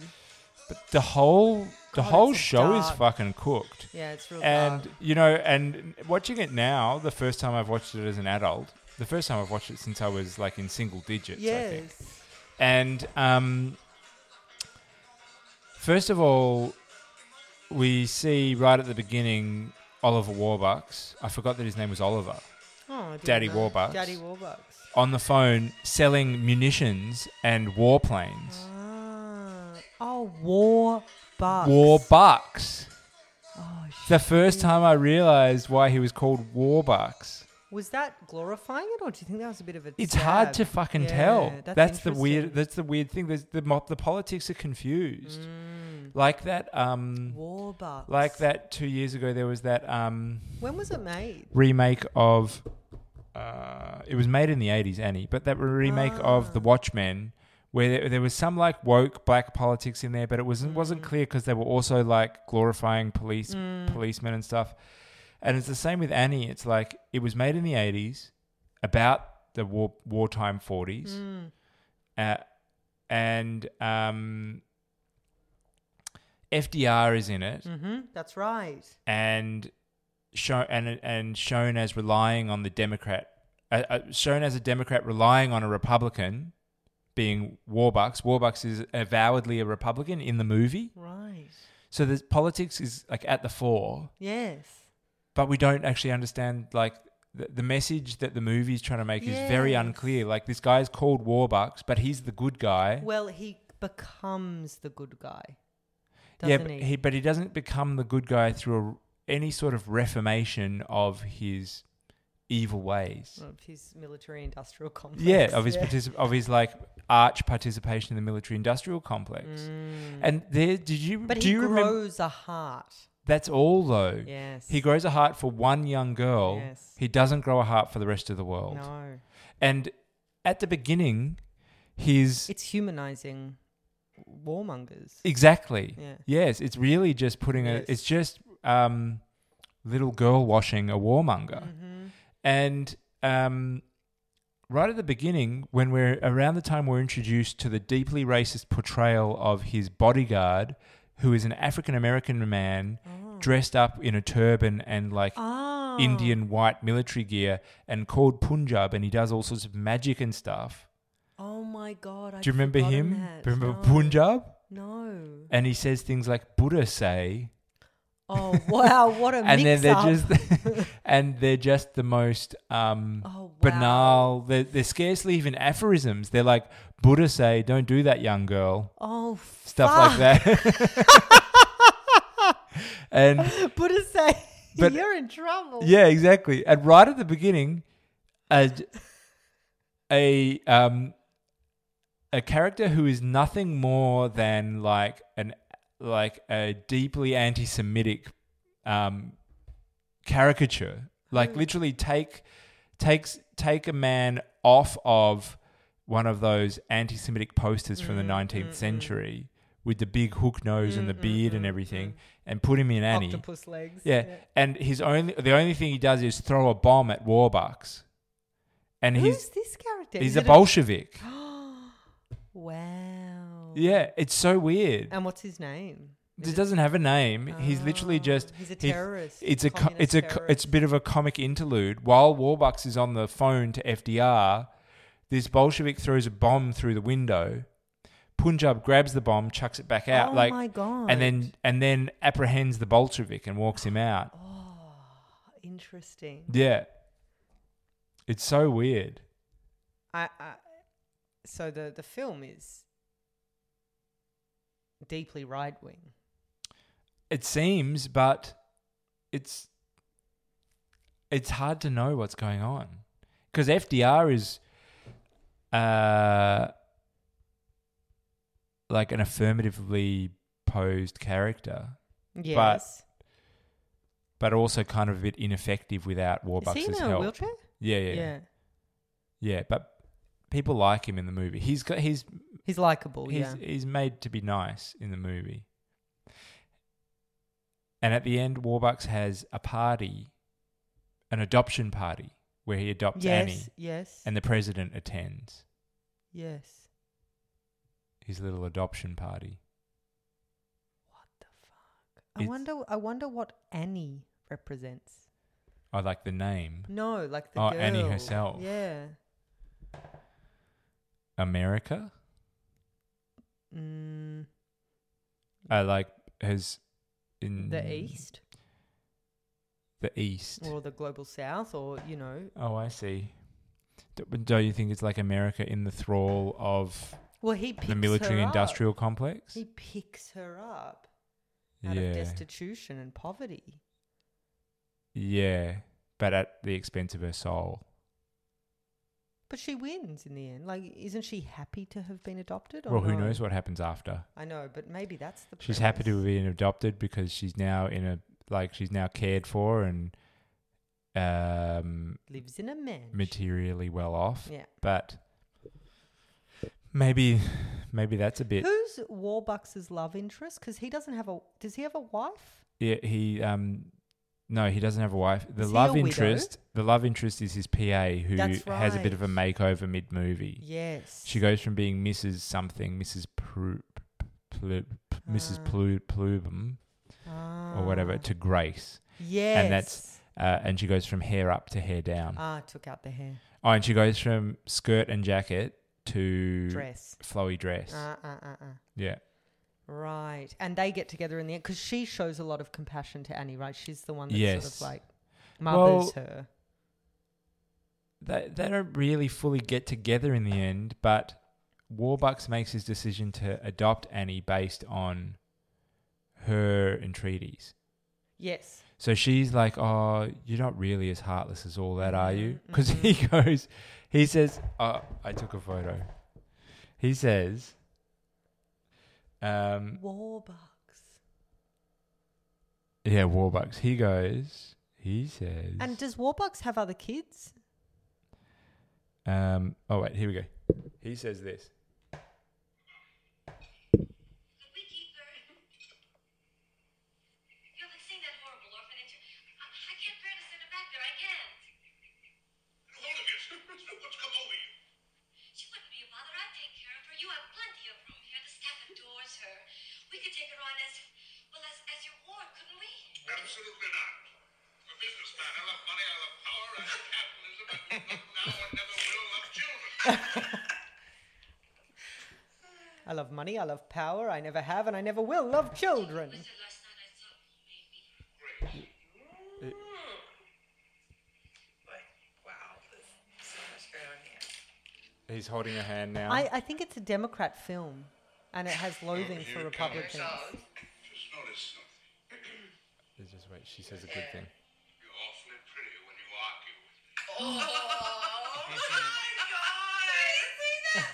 [SPEAKER 1] but the whole the
[SPEAKER 2] God,
[SPEAKER 1] whole
[SPEAKER 2] Oh, it's
[SPEAKER 1] show
[SPEAKER 2] dark.
[SPEAKER 1] is fucking cooked.
[SPEAKER 2] Yeah, it's real.
[SPEAKER 1] And
[SPEAKER 2] dark.
[SPEAKER 1] you know, and watching it now, the first time I've watched it as an adult, the first time I've watched it since I was like in single digits, I think.
[SPEAKER 2] yes,
[SPEAKER 1] And um, first of all, we see right at the beginning Oliver Warbucks. I forgot that his name was Oliver.
[SPEAKER 2] oh, I didn't
[SPEAKER 1] Daddy
[SPEAKER 2] know.
[SPEAKER 1] Warbucks.
[SPEAKER 2] Daddy Warbucks.
[SPEAKER 1] On the phone selling munitions and warplanes.
[SPEAKER 2] Ah. Oh, war bucks.
[SPEAKER 1] Warbucks.
[SPEAKER 2] Oh,
[SPEAKER 1] The
[SPEAKER 2] shit.
[SPEAKER 1] first time I realized why he was called Warbucks.
[SPEAKER 2] was that glorifying it, or do you think that was a bit of a?
[SPEAKER 1] It's hard to
[SPEAKER 2] jab?
[SPEAKER 1] fucking
[SPEAKER 2] Yeah,
[SPEAKER 1] tell.
[SPEAKER 2] that's
[SPEAKER 1] That's, the weird.
[SPEAKER 2] interesting.
[SPEAKER 1] That's the weird thing. There's the mo- the politics are confused.
[SPEAKER 2] Mm.
[SPEAKER 1] Like that. Um.
[SPEAKER 2] War bucks.
[SPEAKER 1] Like that. Two years ago, there was that um
[SPEAKER 2] When was it made?
[SPEAKER 1] remake of. Uh, it was made in the eighties, Annie, but that remake of
[SPEAKER 2] Ah.
[SPEAKER 1] The Watchmen, where there, there was some like woke black politics in there, but it wasn't wasn't
[SPEAKER 2] Mm.
[SPEAKER 1] clear because they were also like glorifying police
[SPEAKER 2] Mm.
[SPEAKER 1] policemen and stuff. And it's the same with Annie. It's like it was made in the eighties, about the war wartime forties.
[SPEAKER 2] Mm.
[SPEAKER 1] Uh, and um, FDR is in it,
[SPEAKER 2] hmm That's right.
[SPEAKER 1] and shown and and shown as relying on the Democrat, uh, uh, shown as a Democrat relying on a Republican, being Warbucks. Warbucks is avowedly a Republican in the movie,
[SPEAKER 2] Right.
[SPEAKER 1] so there's politics is like at the fore,
[SPEAKER 2] Yes.
[SPEAKER 1] but we don't actually understand like. The, the message that the movie's trying to make is very
[SPEAKER 2] Yes.
[SPEAKER 1] unclear. Like this guy's called Warbucks, but he's the good guy.
[SPEAKER 2] Well, he becomes the good guy.
[SPEAKER 1] yeah,
[SPEAKER 2] Doesn't
[SPEAKER 1] but
[SPEAKER 2] he?
[SPEAKER 1] he but he doesn't become the good guy through a, any sort of reformation of his evil ways.
[SPEAKER 2] Of his military industrial complex.
[SPEAKER 1] Yeah, of his particip- of his like arch participation in the military industrial complex.
[SPEAKER 2] Mm.
[SPEAKER 1] And there, did you
[SPEAKER 2] but
[SPEAKER 1] do
[SPEAKER 2] he
[SPEAKER 1] you remember?
[SPEAKER 2] grows a heart.
[SPEAKER 1] That's all though.
[SPEAKER 2] Yes.
[SPEAKER 1] He grows a heart for one young girl.
[SPEAKER 2] Yes.
[SPEAKER 1] He doesn't grow a heart for the rest of the world.
[SPEAKER 2] No.
[SPEAKER 1] And at the beginning, his
[SPEAKER 2] It's humanizing warmongers.
[SPEAKER 1] exactly.
[SPEAKER 2] Yeah.
[SPEAKER 1] Yes, it's really just putting
[SPEAKER 2] Yes.
[SPEAKER 1] a. It's just um, little girl washing a warmonger,
[SPEAKER 2] Mm-hmm.
[SPEAKER 1] and um, right at the beginning, when we're around the time we're introduced to the deeply racist portrayal of his bodyguard, who is an African American man
[SPEAKER 2] Oh.
[SPEAKER 1] dressed up in a turban and like.
[SPEAKER 2] Ah.
[SPEAKER 1] Indian white military gear and called Punjab, and he does all sorts of magic and stuff.
[SPEAKER 2] Oh my god.
[SPEAKER 1] Do you remember him?
[SPEAKER 2] That.
[SPEAKER 1] Do you remember
[SPEAKER 2] no.
[SPEAKER 1] Punjab?
[SPEAKER 2] No.
[SPEAKER 1] And he says things like Buddha say,
[SPEAKER 2] Oh wow! What a
[SPEAKER 1] and then
[SPEAKER 2] mix
[SPEAKER 1] they're
[SPEAKER 2] up.
[SPEAKER 1] just and they're just the most um
[SPEAKER 2] oh, wow.
[SPEAKER 1] banal they're, they're scarcely even aphorisms they're like buddha say don't do that young girl
[SPEAKER 2] Oh,
[SPEAKER 1] stuff
[SPEAKER 2] fuck.
[SPEAKER 1] like that and
[SPEAKER 2] Buddha say
[SPEAKER 1] But-
[SPEAKER 2] you're in trouble.
[SPEAKER 1] yeah exactly and right at the beginning a a um a character who is nothing more than like an like a deeply anti-semitic um caricature like
[SPEAKER 2] Hmm.
[SPEAKER 1] literally take takes take a man off of one of those anti-semitic posters from the
[SPEAKER 2] Mm,
[SPEAKER 1] 19th
[SPEAKER 2] mm, mm.
[SPEAKER 1] century with the big hook nose and the
[SPEAKER 2] Mm, mm,
[SPEAKER 1] beard and
[SPEAKER 2] mm,
[SPEAKER 1] everything
[SPEAKER 2] mm.
[SPEAKER 1] and put him in Annie
[SPEAKER 2] Octopus legs.
[SPEAKER 1] Yeah. and his only the only thing he does is throw a bomb at Warbucks, and
[SPEAKER 2] Who's
[SPEAKER 1] he's
[SPEAKER 2] this character?
[SPEAKER 1] he's
[SPEAKER 2] Is
[SPEAKER 1] a
[SPEAKER 2] it Oh.
[SPEAKER 1] Bolshevik.
[SPEAKER 2] wow.
[SPEAKER 1] Yeah, it's so weird.
[SPEAKER 2] And what's his name? Oh, Is
[SPEAKER 1] It doesn't have a name. He's
[SPEAKER 2] Oh,
[SPEAKER 1] literally just
[SPEAKER 2] He's a
[SPEAKER 1] he-
[SPEAKER 2] terrorist.
[SPEAKER 1] it's a co-
[SPEAKER 2] communist
[SPEAKER 1] it's a co-
[SPEAKER 2] terrorist.
[SPEAKER 1] it's a bit of a comic interlude. While Warbucks is on the phone to FDR, this Bolshevik throws a bomb through the window. Punjab grabs the bomb, chucks it back out,
[SPEAKER 2] Oh
[SPEAKER 1] like,
[SPEAKER 2] my god.
[SPEAKER 1] and then and then apprehends the Bolshevik and walks him out.
[SPEAKER 2] Oh, interesting.
[SPEAKER 1] Yeah, it's so weird.
[SPEAKER 2] I, I so the the film is deeply right wing.
[SPEAKER 1] It seems, but it's it's hard to know what's going on because FDR is uh like an affirmatively posed character,
[SPEAKER 2] Yes.
[SPEAKER 1] but also kind of a bit ineffective without
[SPEAKER 2] is he in
[SPEAKER 1] Warbucks'
[SPEAKER 2] a
[SPEAKER 1] help.
[SPEAKER 2] wheelchair?
[SPEAKER 1] yeah, yeah, yeah, But people like him in the movie. He's got he's
[SPEAKER 2] He's likable.
[SPEAKER 1] he's
[SPEAKER 2] Yeah.
[SPEAKER 1] he's made to be nice in the movie. And at the end, Warbucks has a party, an adoption party where he adopts
[SPEAKER 2] yes,
[SPEAKER 1] Annie
[SPEAKER 2] yes,
[SPEAKER 1] and the president attends
[SPEAKER 2] yes.
[SPEAKER 1] his little adoption party.
[SPEAKER 2] What the fuck? I
[SPEAKER 1] It's-
[SPEAKER 2] wonder. I wonder what Annie represents.
[SPEAKER 1] I like the name
[SPEAKER 2] No, like the
[SPEAKER 1] Oh,
[SPEAKER 2] girl.
[SPEAKER 1] Annie herself.
[SPEAKER 2] Yeah.
[SPEAKER 1] America.
[SPEAKER 2] Mm,
[SPEAKER 1] I like his in
[SPEAKER 2] the east
[SPEAKER 1] The east.
[SPEAKER 2] or the global south or you know
[SPEAKER 1] Oh, I see. D- but do you think it's like America in the thrall of
[SPEAKER 2] well he picks
[SPEAKER 1] the military
[SPEAKER 2] her up.
[SPEAKER 1] industrial complex?
[SPEAKER 2] he picks her up out of destitution and poverty
[SPEAKER 1] yeah, but at the expense of her soul.
[SPEAKER 2] but she wins in the end like isn't she happy to have been adopted or
[SPEAKER 1] Well, who
[SPEAKER 2] Oh, no?
[SPEAKER 1] knows what happens after?
[SPEAKER 2] i know but maybe that's the
[SPEAKER 1] She's happy to
[SPEAKER 2] premise.
[SPEAKER 1] have been adopted because she's now in a like she's now cared for and um
[SPEAKER 2] lives in a mansion
[SPEAKER 1] materially well off.
[SPEAKER 2] Yeah.
[SPEAKER 1] But maybe maybe that's a bit
[SPEAKER 2] who's warbucks's love interest because he doesn't have a does he have a wife
[SPEAKER 1] Yeah, he um no, he doesn't have a wife. The
[SPEAKER 2] Is he a
[SPEAKER 1] love
[SPEAKER 2] widow?
[SPEAKER 1] interest, the love interest is his PA who
[SPEAKER 2] That's
[SPEAKER 1] has a bit of a
[SPEAKER 2] right.
[SPEAKER 1] makeover mid movie.
[SPEAKER 2] yes
[SPEAKER 1] She goes from being Mrs. something, Mrs. Pru, Plu, Mrs.
[SPEAKER 2] Ah.
[SPEAKER 1] Plu, Plubum or whatever
[SPEAKER 2] Ah.
[SPEAKER 1] to Grace,
[SPEAKER 2] yes
[SPEAKER 1] that's- uh, and she goes from hair up to hair down.
[SPEAKER 2] ah took out the hair
[SPEAKER 1] oh, and she goes from skirt and jacket to
[SPEAKER 2] dress
[SPEAKER 1] flowy dress.
[SPEAKER 2] ah ah ah ah
[SPEAKER 1] yeah,
[SPEAKER 2] Right. And they get together in the end because she shows a lot of compassion to Annie, right? She's the one that sort
[SPEAKER 1] Yes.
[SPEAKER 2] of like
[SPEAKER 1] Well-
[SPEAKER 2] mothers her.
[SPEAKER 1] they they don't really fully get together in the end, but Warbucks makes his decision to adopt Annie based on her entreaties.
[SPEAKER 2] Yes.
[SPEAKER 1] So she's like, "Oh, you're not really as heartless as all that, are you?" Because
[SPEAKER 2] Mhm,
[SPEAKER 1] he goes, he says, oh, "I took a photo." He says, um,
[SPEAKER 2] Warbucks.
[SPEAKER 1] "Yeah, Warbucks." He goes, he says,
[SPEAKER 2] And does Warbucks have other kids?
[SPEAKER 1] um, "Oh wait, here we go." He says this.
[SPEAKER 3] Beekeeper. You'll have seen that horrible orphanage. I, I can't bear to send him back there. I can't.
[SPEAKER 4] All of you, Snoop, what's come over you?
[SPEAKER 3] She wouldn't be a bother. I'd take care of her. You have plenty of room here. The staff adores her. We could take her on as well as as your ward, couldn't we?
[SPEAKER 4] Absolutely not. I'm a businessman. I love money, I love power, I love capitalism. I love now and never will love children.
[SPEAKER 2] I love money. I love power. I never have and I never will love children.
[SPEAKER 3] Was there last night I thought maybe.
[SPEAKER 4] Grace.
[SPEAKER 5] Like, wow, there's so much going on here.
[SPEAKER 1] He's holding her hand now.
[SPEAKER 2] I, I think it's a Democrat film and it has loathing for Republicans.
[SPEAKER 4] Just notice something.
[SPEAKER 1] Just wait. She says a good thing.
[SPEAKER 4] You're awfully pretty when you argue with me.
[SPEAKER 5] Oh my god! Did you see that last time?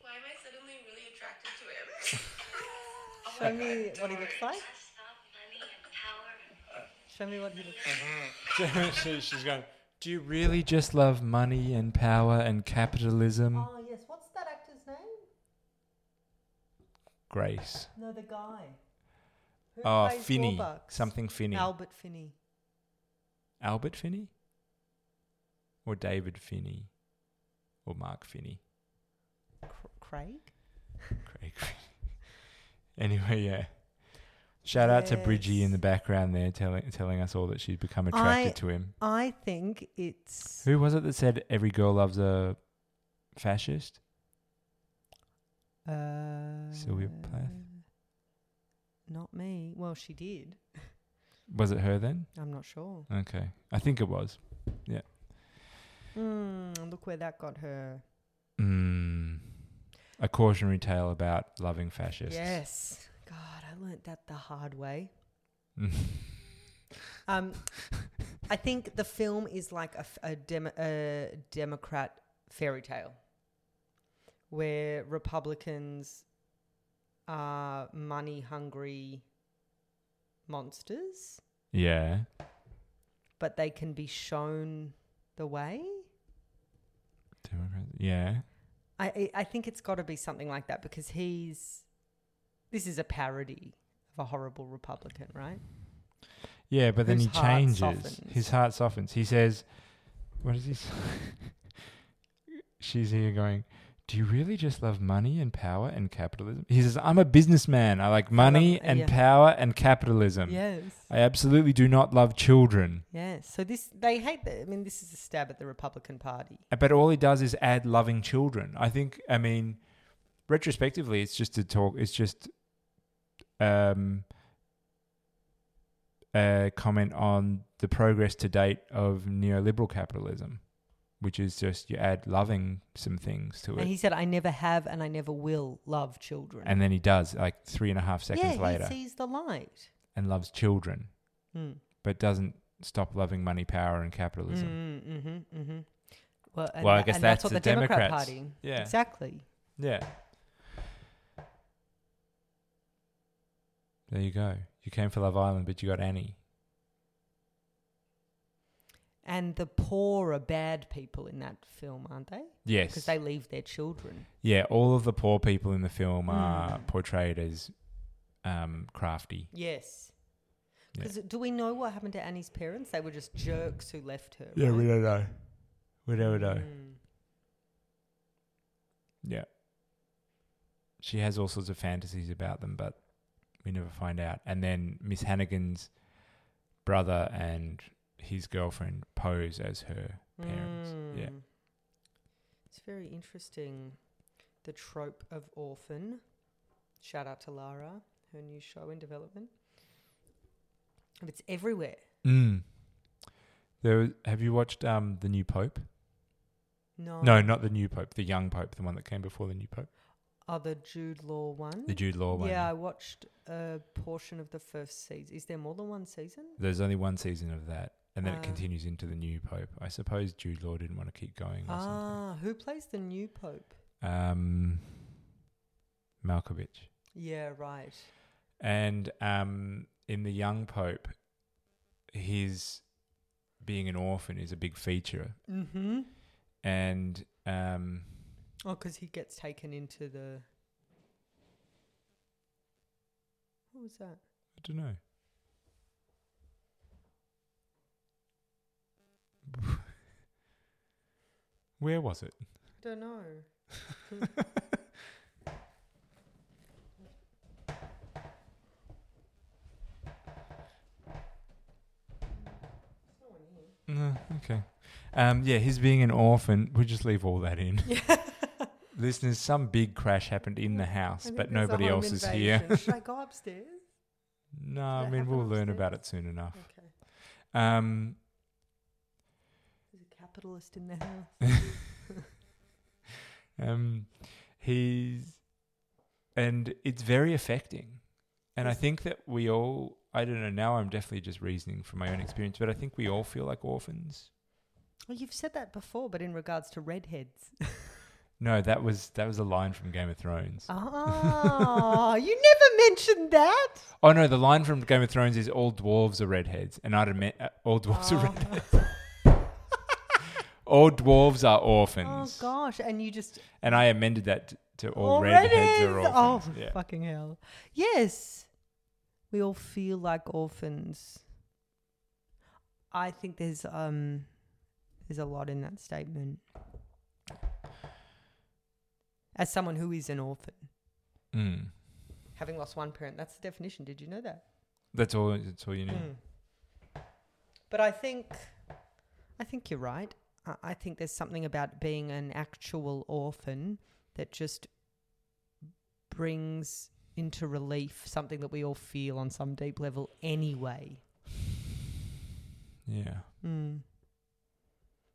[SPEAKER 5] Why am I suddenly really attracted to him?
[SPEAKER 2] Show me what he looks like.
[SPEAKER 3] Just love money and power.
[SPEAKER 2] Show me what he looks like.
[SPEAKER 1] she, she's going, Do you really just love money and power and capitalism?
[SPEAKER 2] Oh, yes. What's that actor's name?
[SPEAKER 1] Grace.
[SPEAKER 2] No, the guy. Who
[SPEAKER 1] Oh,
[SPEAKER 2] plays
[SPEAKER 1] Finney.
[SPEAKER 2] Warbucks?
[SPEAKER 1] Something Finney.
[SPEAKER 2] Albert Finney.
[SPEAKER 1] Albert Finney? Or David Finney? Or Mark Finney?
[SPEAKER 2] Cr- Craig?
[SPEAKER 1] Craig Finney. anyway, yeah. Shout out to Bridgie in the background there telling telling us all that she's become attracted
[SPEAKER 2] I-
[SPEAKER 1] to him.
[SPEAKER 2] I think it's
[SPEAKER 1] Who was it that said every girl loves a fascist?
[SPEAKER 2] uh,
[SPEAKER 1] Sylvia Plath?
[SPEAKER 2] Not me. Well, she did.
[SPEAKER 1] Was it her then?
[SPEAKER 2] I'm not sure.
[SPEAKER 1] Okay. I think it was.
[SPEAKER 2] Mm, look where that got her.
[SPEAKER 1] Mm. A cautionary tale about loving fascists.
[SPEAKER 2] Yes. God, I learnt that the hard way.
[SPEAKER 1] Mm.
[SPEAKER 2] Um, I think the film is like a, f- a, dem- a Democrat fairy tale where Republicans are money hungry monsters.
[SPEAKER 1] yeah.
[SPEAKER 2] but they can be shown the way.
[SPEAKER 1] Democrat. Yeah.
[SPEAKER 2] I I- I think it's got to be something like that because he's this is a parody a horrible Republican, right?
[SPEAKER 1] Yeah, but then
[SPEAKER 2] Whose
[SPEAKER 1] he
[SPEAKER 2] heart
[SPEAKER 1] changes.
[SPEAKER 2] softens.
[SPEAKER 1] His heart softens. He says, "What is this?" She's here going, "Do you really just love money and power and capitalism?" He says, "I'm a businessman. I like money
[SPEAKER 2] uh,
[SPEAKER 1] and
[SPEAKER 2] yeah.
[SPEAKER 1] power and capitalism.
[SPEAKER 2] Yes.
[SPEAKER 1] I absolutely do not love children."
[SPEAKER 2] Yes. So this they hate the I mean this is a stab at the Republican Party.
[SPEAKER 1] But all he does is add loving children. I think. I mean, retrospectively, it's just a talk. It's just um, a comment on the progress to date of neoliberal capitalism, which is just you add loving some things to it,
[SPEAKER 2] And he said I never have and I never will love children.
[SPEAKER 1] and then he does like three and a half seconds
[SPEAKER 2] yeah,
[SPEAKER 1] later
[SPEAKER 2] he sees the light.
[SPEAKER 1] and loves children,
[SPEAKER 2] Mm.
[SPEAKER 1] but doesn't stop loving money, power, and capitalism.
[SPEAKER 2] Mm, hmm hmm Well, and
[SPEAKER 1] Well, I
[SPEAKER 2] tha-
[SPEAKER 1] guess
[SPEAKER 2] and
[SPEAKER 1] that's
[SPEAKER 2] what
[SPEAKER 1] the
[SPEAKER 2] the Democrat
[SPEAKER 1] Democrats.
[SPEAKER 2] Party.
[SPEAKER 1] Yeah.
[SPEAKER 2] Exactly.
[SPEAKER 1] Yeah. There you go. You came for Love Island, but you got Annie.
[SPEAKER 2] And the poor are bad people in that film, aren't they? Because
[SPEAKER 1] Yes.
[SPEAKER 2] they leave their children.
[SPEAKER 1] yeah, all of the poor people in the film
[SPEAKER 2] Hmm.
[SPEAKER 1] are portrayed as um, crafty.
[SPEAKER 2] Yes.
[SPEAKER 1] Yeah.
[SPEAKER 2] Because do we know what happened to Annie's parents? They were just jerks who left her. right?
[SPEAKER 1] don't know. We never know.
[SPEAKER 2] Mm.
[SPEAKER 1] Yeah. She has all sorts of fantasies about them, but we never find out. And then Miss Hannigan's brother and his girlfriend pose as her parents. Yeah.
[SPEAKER 2] Mm. It's very interesting. The trope of orphan. Shout out to Lara, her new show in development. And It's everywhere.
[SPEAKER 1] Mm. There, was- have you watched um, the new Pope?
[SPEAKER 2] No.
[SPEAKER 1] No, not the new Pope. The young Pope, the one that came before the new Pope,
[SPEAKER 2] Oh, the Jude Law one?
[SPEAKER 1] the Jude Law one.
[SPEAKER 2] Mm-hmm. Yeah, I watched a portion of the first season. Is there more than one season?
[SPEAKER 1] There's only one season of that, and then it
[SPEAKER 2] Ah.
[SPEAKER 1] continues into the new Pope. I suppose Jude Law didn't want to keep going or
[SPEAKER 2] Ah, who plays the new pope?
[SPEAKER 1] something. Um, Malkovich,
[SPEAKER 2] Yeah, right.
[SPEAKER 1] and um, in the young Pope, his being an orphan is a big feature,
[SPEAKER 2] Mm-hmm.
[SPEAKER 1] and um,
[SPEAKER 2] Oh, because he gets taken into the. What was that?
[SPEAKER 1] I don't know. Where was it?
[SPEAKER 2] I don't know.
[SPEAKER 1] No, okay. Um, yeah, his being an orphan. We'll just leave all that in. Listeners, some big crash happened in the house, but nobody else is here.
[SPEAKER 2] Should I go upstairs?
[SPEAKER 1] No,
[SPEAKER 2] Did
[SPEAKER 1] I
[SPEAKER 2] that
[SPEAKER 1] mean,
[SPEAKER 2] happen
[SPEAKER 1] we'll learn about it
[SPEAKER 2] upstairs?
[SPEAKER 1] soon enough.
[SPEAKER 2] Okay.
[SPEAKER 1] Um,
[SPEAKER 2] There's a capitalist in the house.
[SPEAKER 1] um, he's. And it's very affecting. And I think that we all. I don't know. Now I'm definitely just reasoning from my own experience, but I think we all feel like orphans.
[SPEAKER 2] Well, you've said that before, but in regards to redheads.
[SPEAKER 1] No, that was that was a line from Game of Thrones.
[SPEAKER 2] Oh, you never mentioned that.
[SPEAKER 1] Oh no, the line from Game of Thrones is all dwarves are redheads, and I'd admit uh, all dwarves
[SPEAKER 2] Oh.
[SPEAKER 1] are redheads. all dwarves are
[SPEAKER 2] Oh
[SPEAKER 1] orphans,
[SPEAKER 2] gosh, and you just
[SPEAKER 1] and I amended that t- to all,
[SPEAKER 2] all
[SPEAKER 1] redheads, are
[SPEAKER 2] redheads. Oh
[SPEAKER 1] orphans. yeah.
[SPEAKER 2] fucking hell! Yes, we all feel like orphans. I think there's um there's a lot in that statement. As someone who is an orphan,
[SPEAKER 1] Mm.
[SPEAKER 2] having lost one parent, that's the definition. Did you know that?
[SPEAKER 1] That's all. That's all you need.
[SPEAKER 2] Hmm. But I think, I think you're right. I, I think there's something about being an actual orphan that just brings into relief something that we all feel on some deep level anyway.
[SPEAKER 1] Yeah.
[SPEAKER 2] Mm.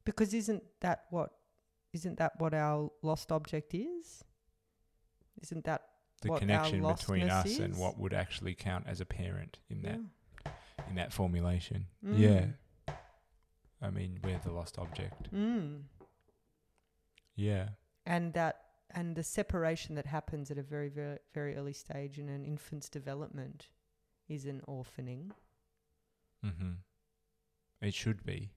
[SPEAKER 2] Because isn't that what, isn't that what our lost object is? Isn't that
[SPEAKER 1] The
[SPEAKER 2] What our
[SPEAKER 1] connection between
[SPEAKER 2] lostness
[SPEAKER 1] us and
[SPEAKER 2] is?
[SPEAKER 1] what would actually count as a parent in that
[SPEAKER 2] Yeah. Hmm.
[SPEAKER 1] in that formulation.
[SPEAKER 2] Mm.
[SPEAKER 1] Yeah. I mean, we're the lost object.
[SPEAKER 2] Mm.
[SPEAKER 1] Yeah.
[SPEAKER 2] and that and the separation that happens at a very very very early stage in an infant's development is an orphaning
[SPEAKER 1] Mm-hmm. It should be.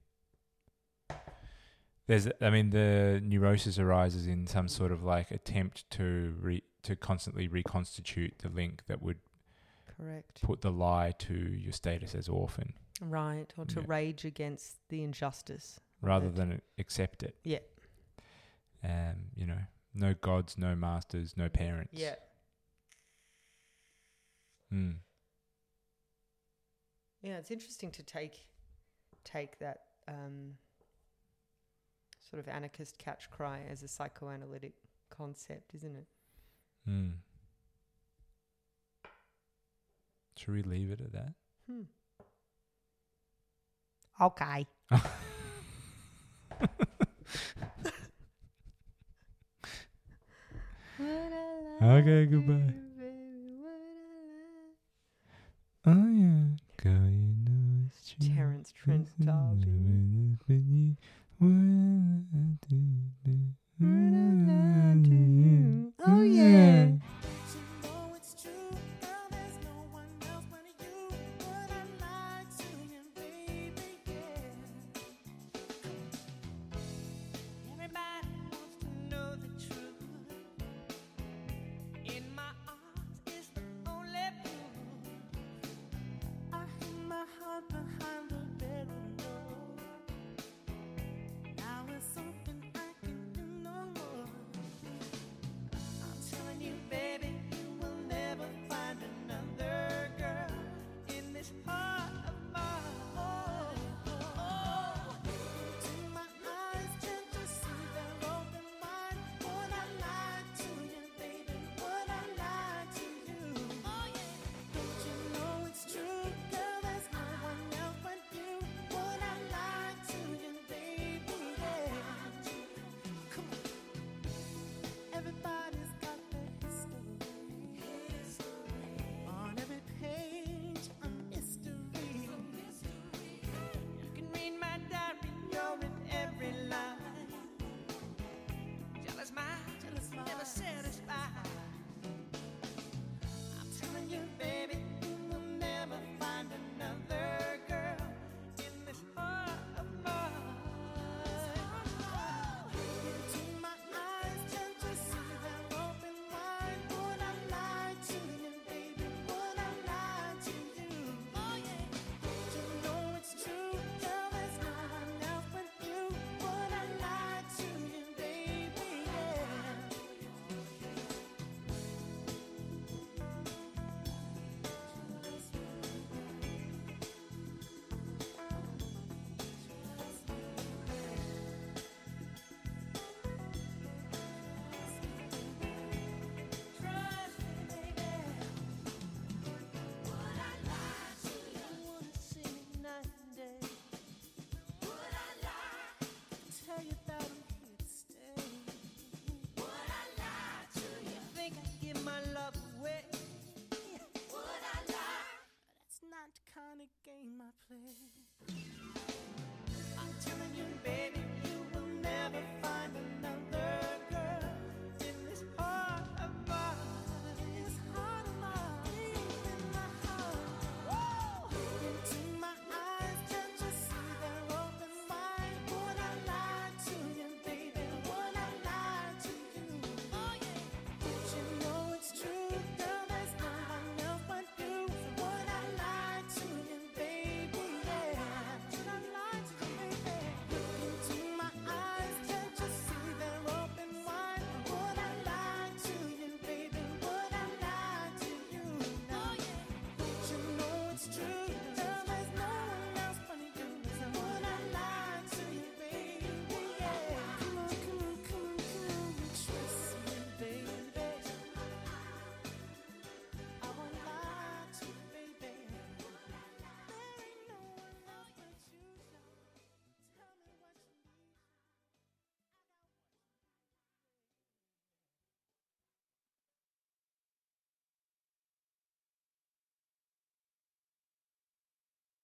[SPEAKER 1] There's, I mean, the neurosis arises in some sort of like attempt to re, to constantly reconstitute the link that would
[SPEAKER 2] Correct.
[SPEAKER 1] put the lie to your status as orphan
[SPEAKER 2] Right. Or to
[SPEAKER 1] Yeah.
[SPEAKER 2] rage against the injustice.
[SPEAKER 1] rather
[SPEAKER 2] Right.
[SPEAKER 1] than accept it.
[SPEAKER 2] Yeah.
[SPEAKER 1] Um, you know, no gods, no masters, no parents. Mm.
[SPEAKER 2] Yeah, it's interesting to take take that um, sort of anarchist catch cry as a psychoanalytic concept, isn't it?
[SPEAKER 1] Mm. Should we leave it at that?
[SPEAKER 2] Hmm. Okay.
[SPEAKER 1] Okay, goodbye. Mm-hmm. Oh,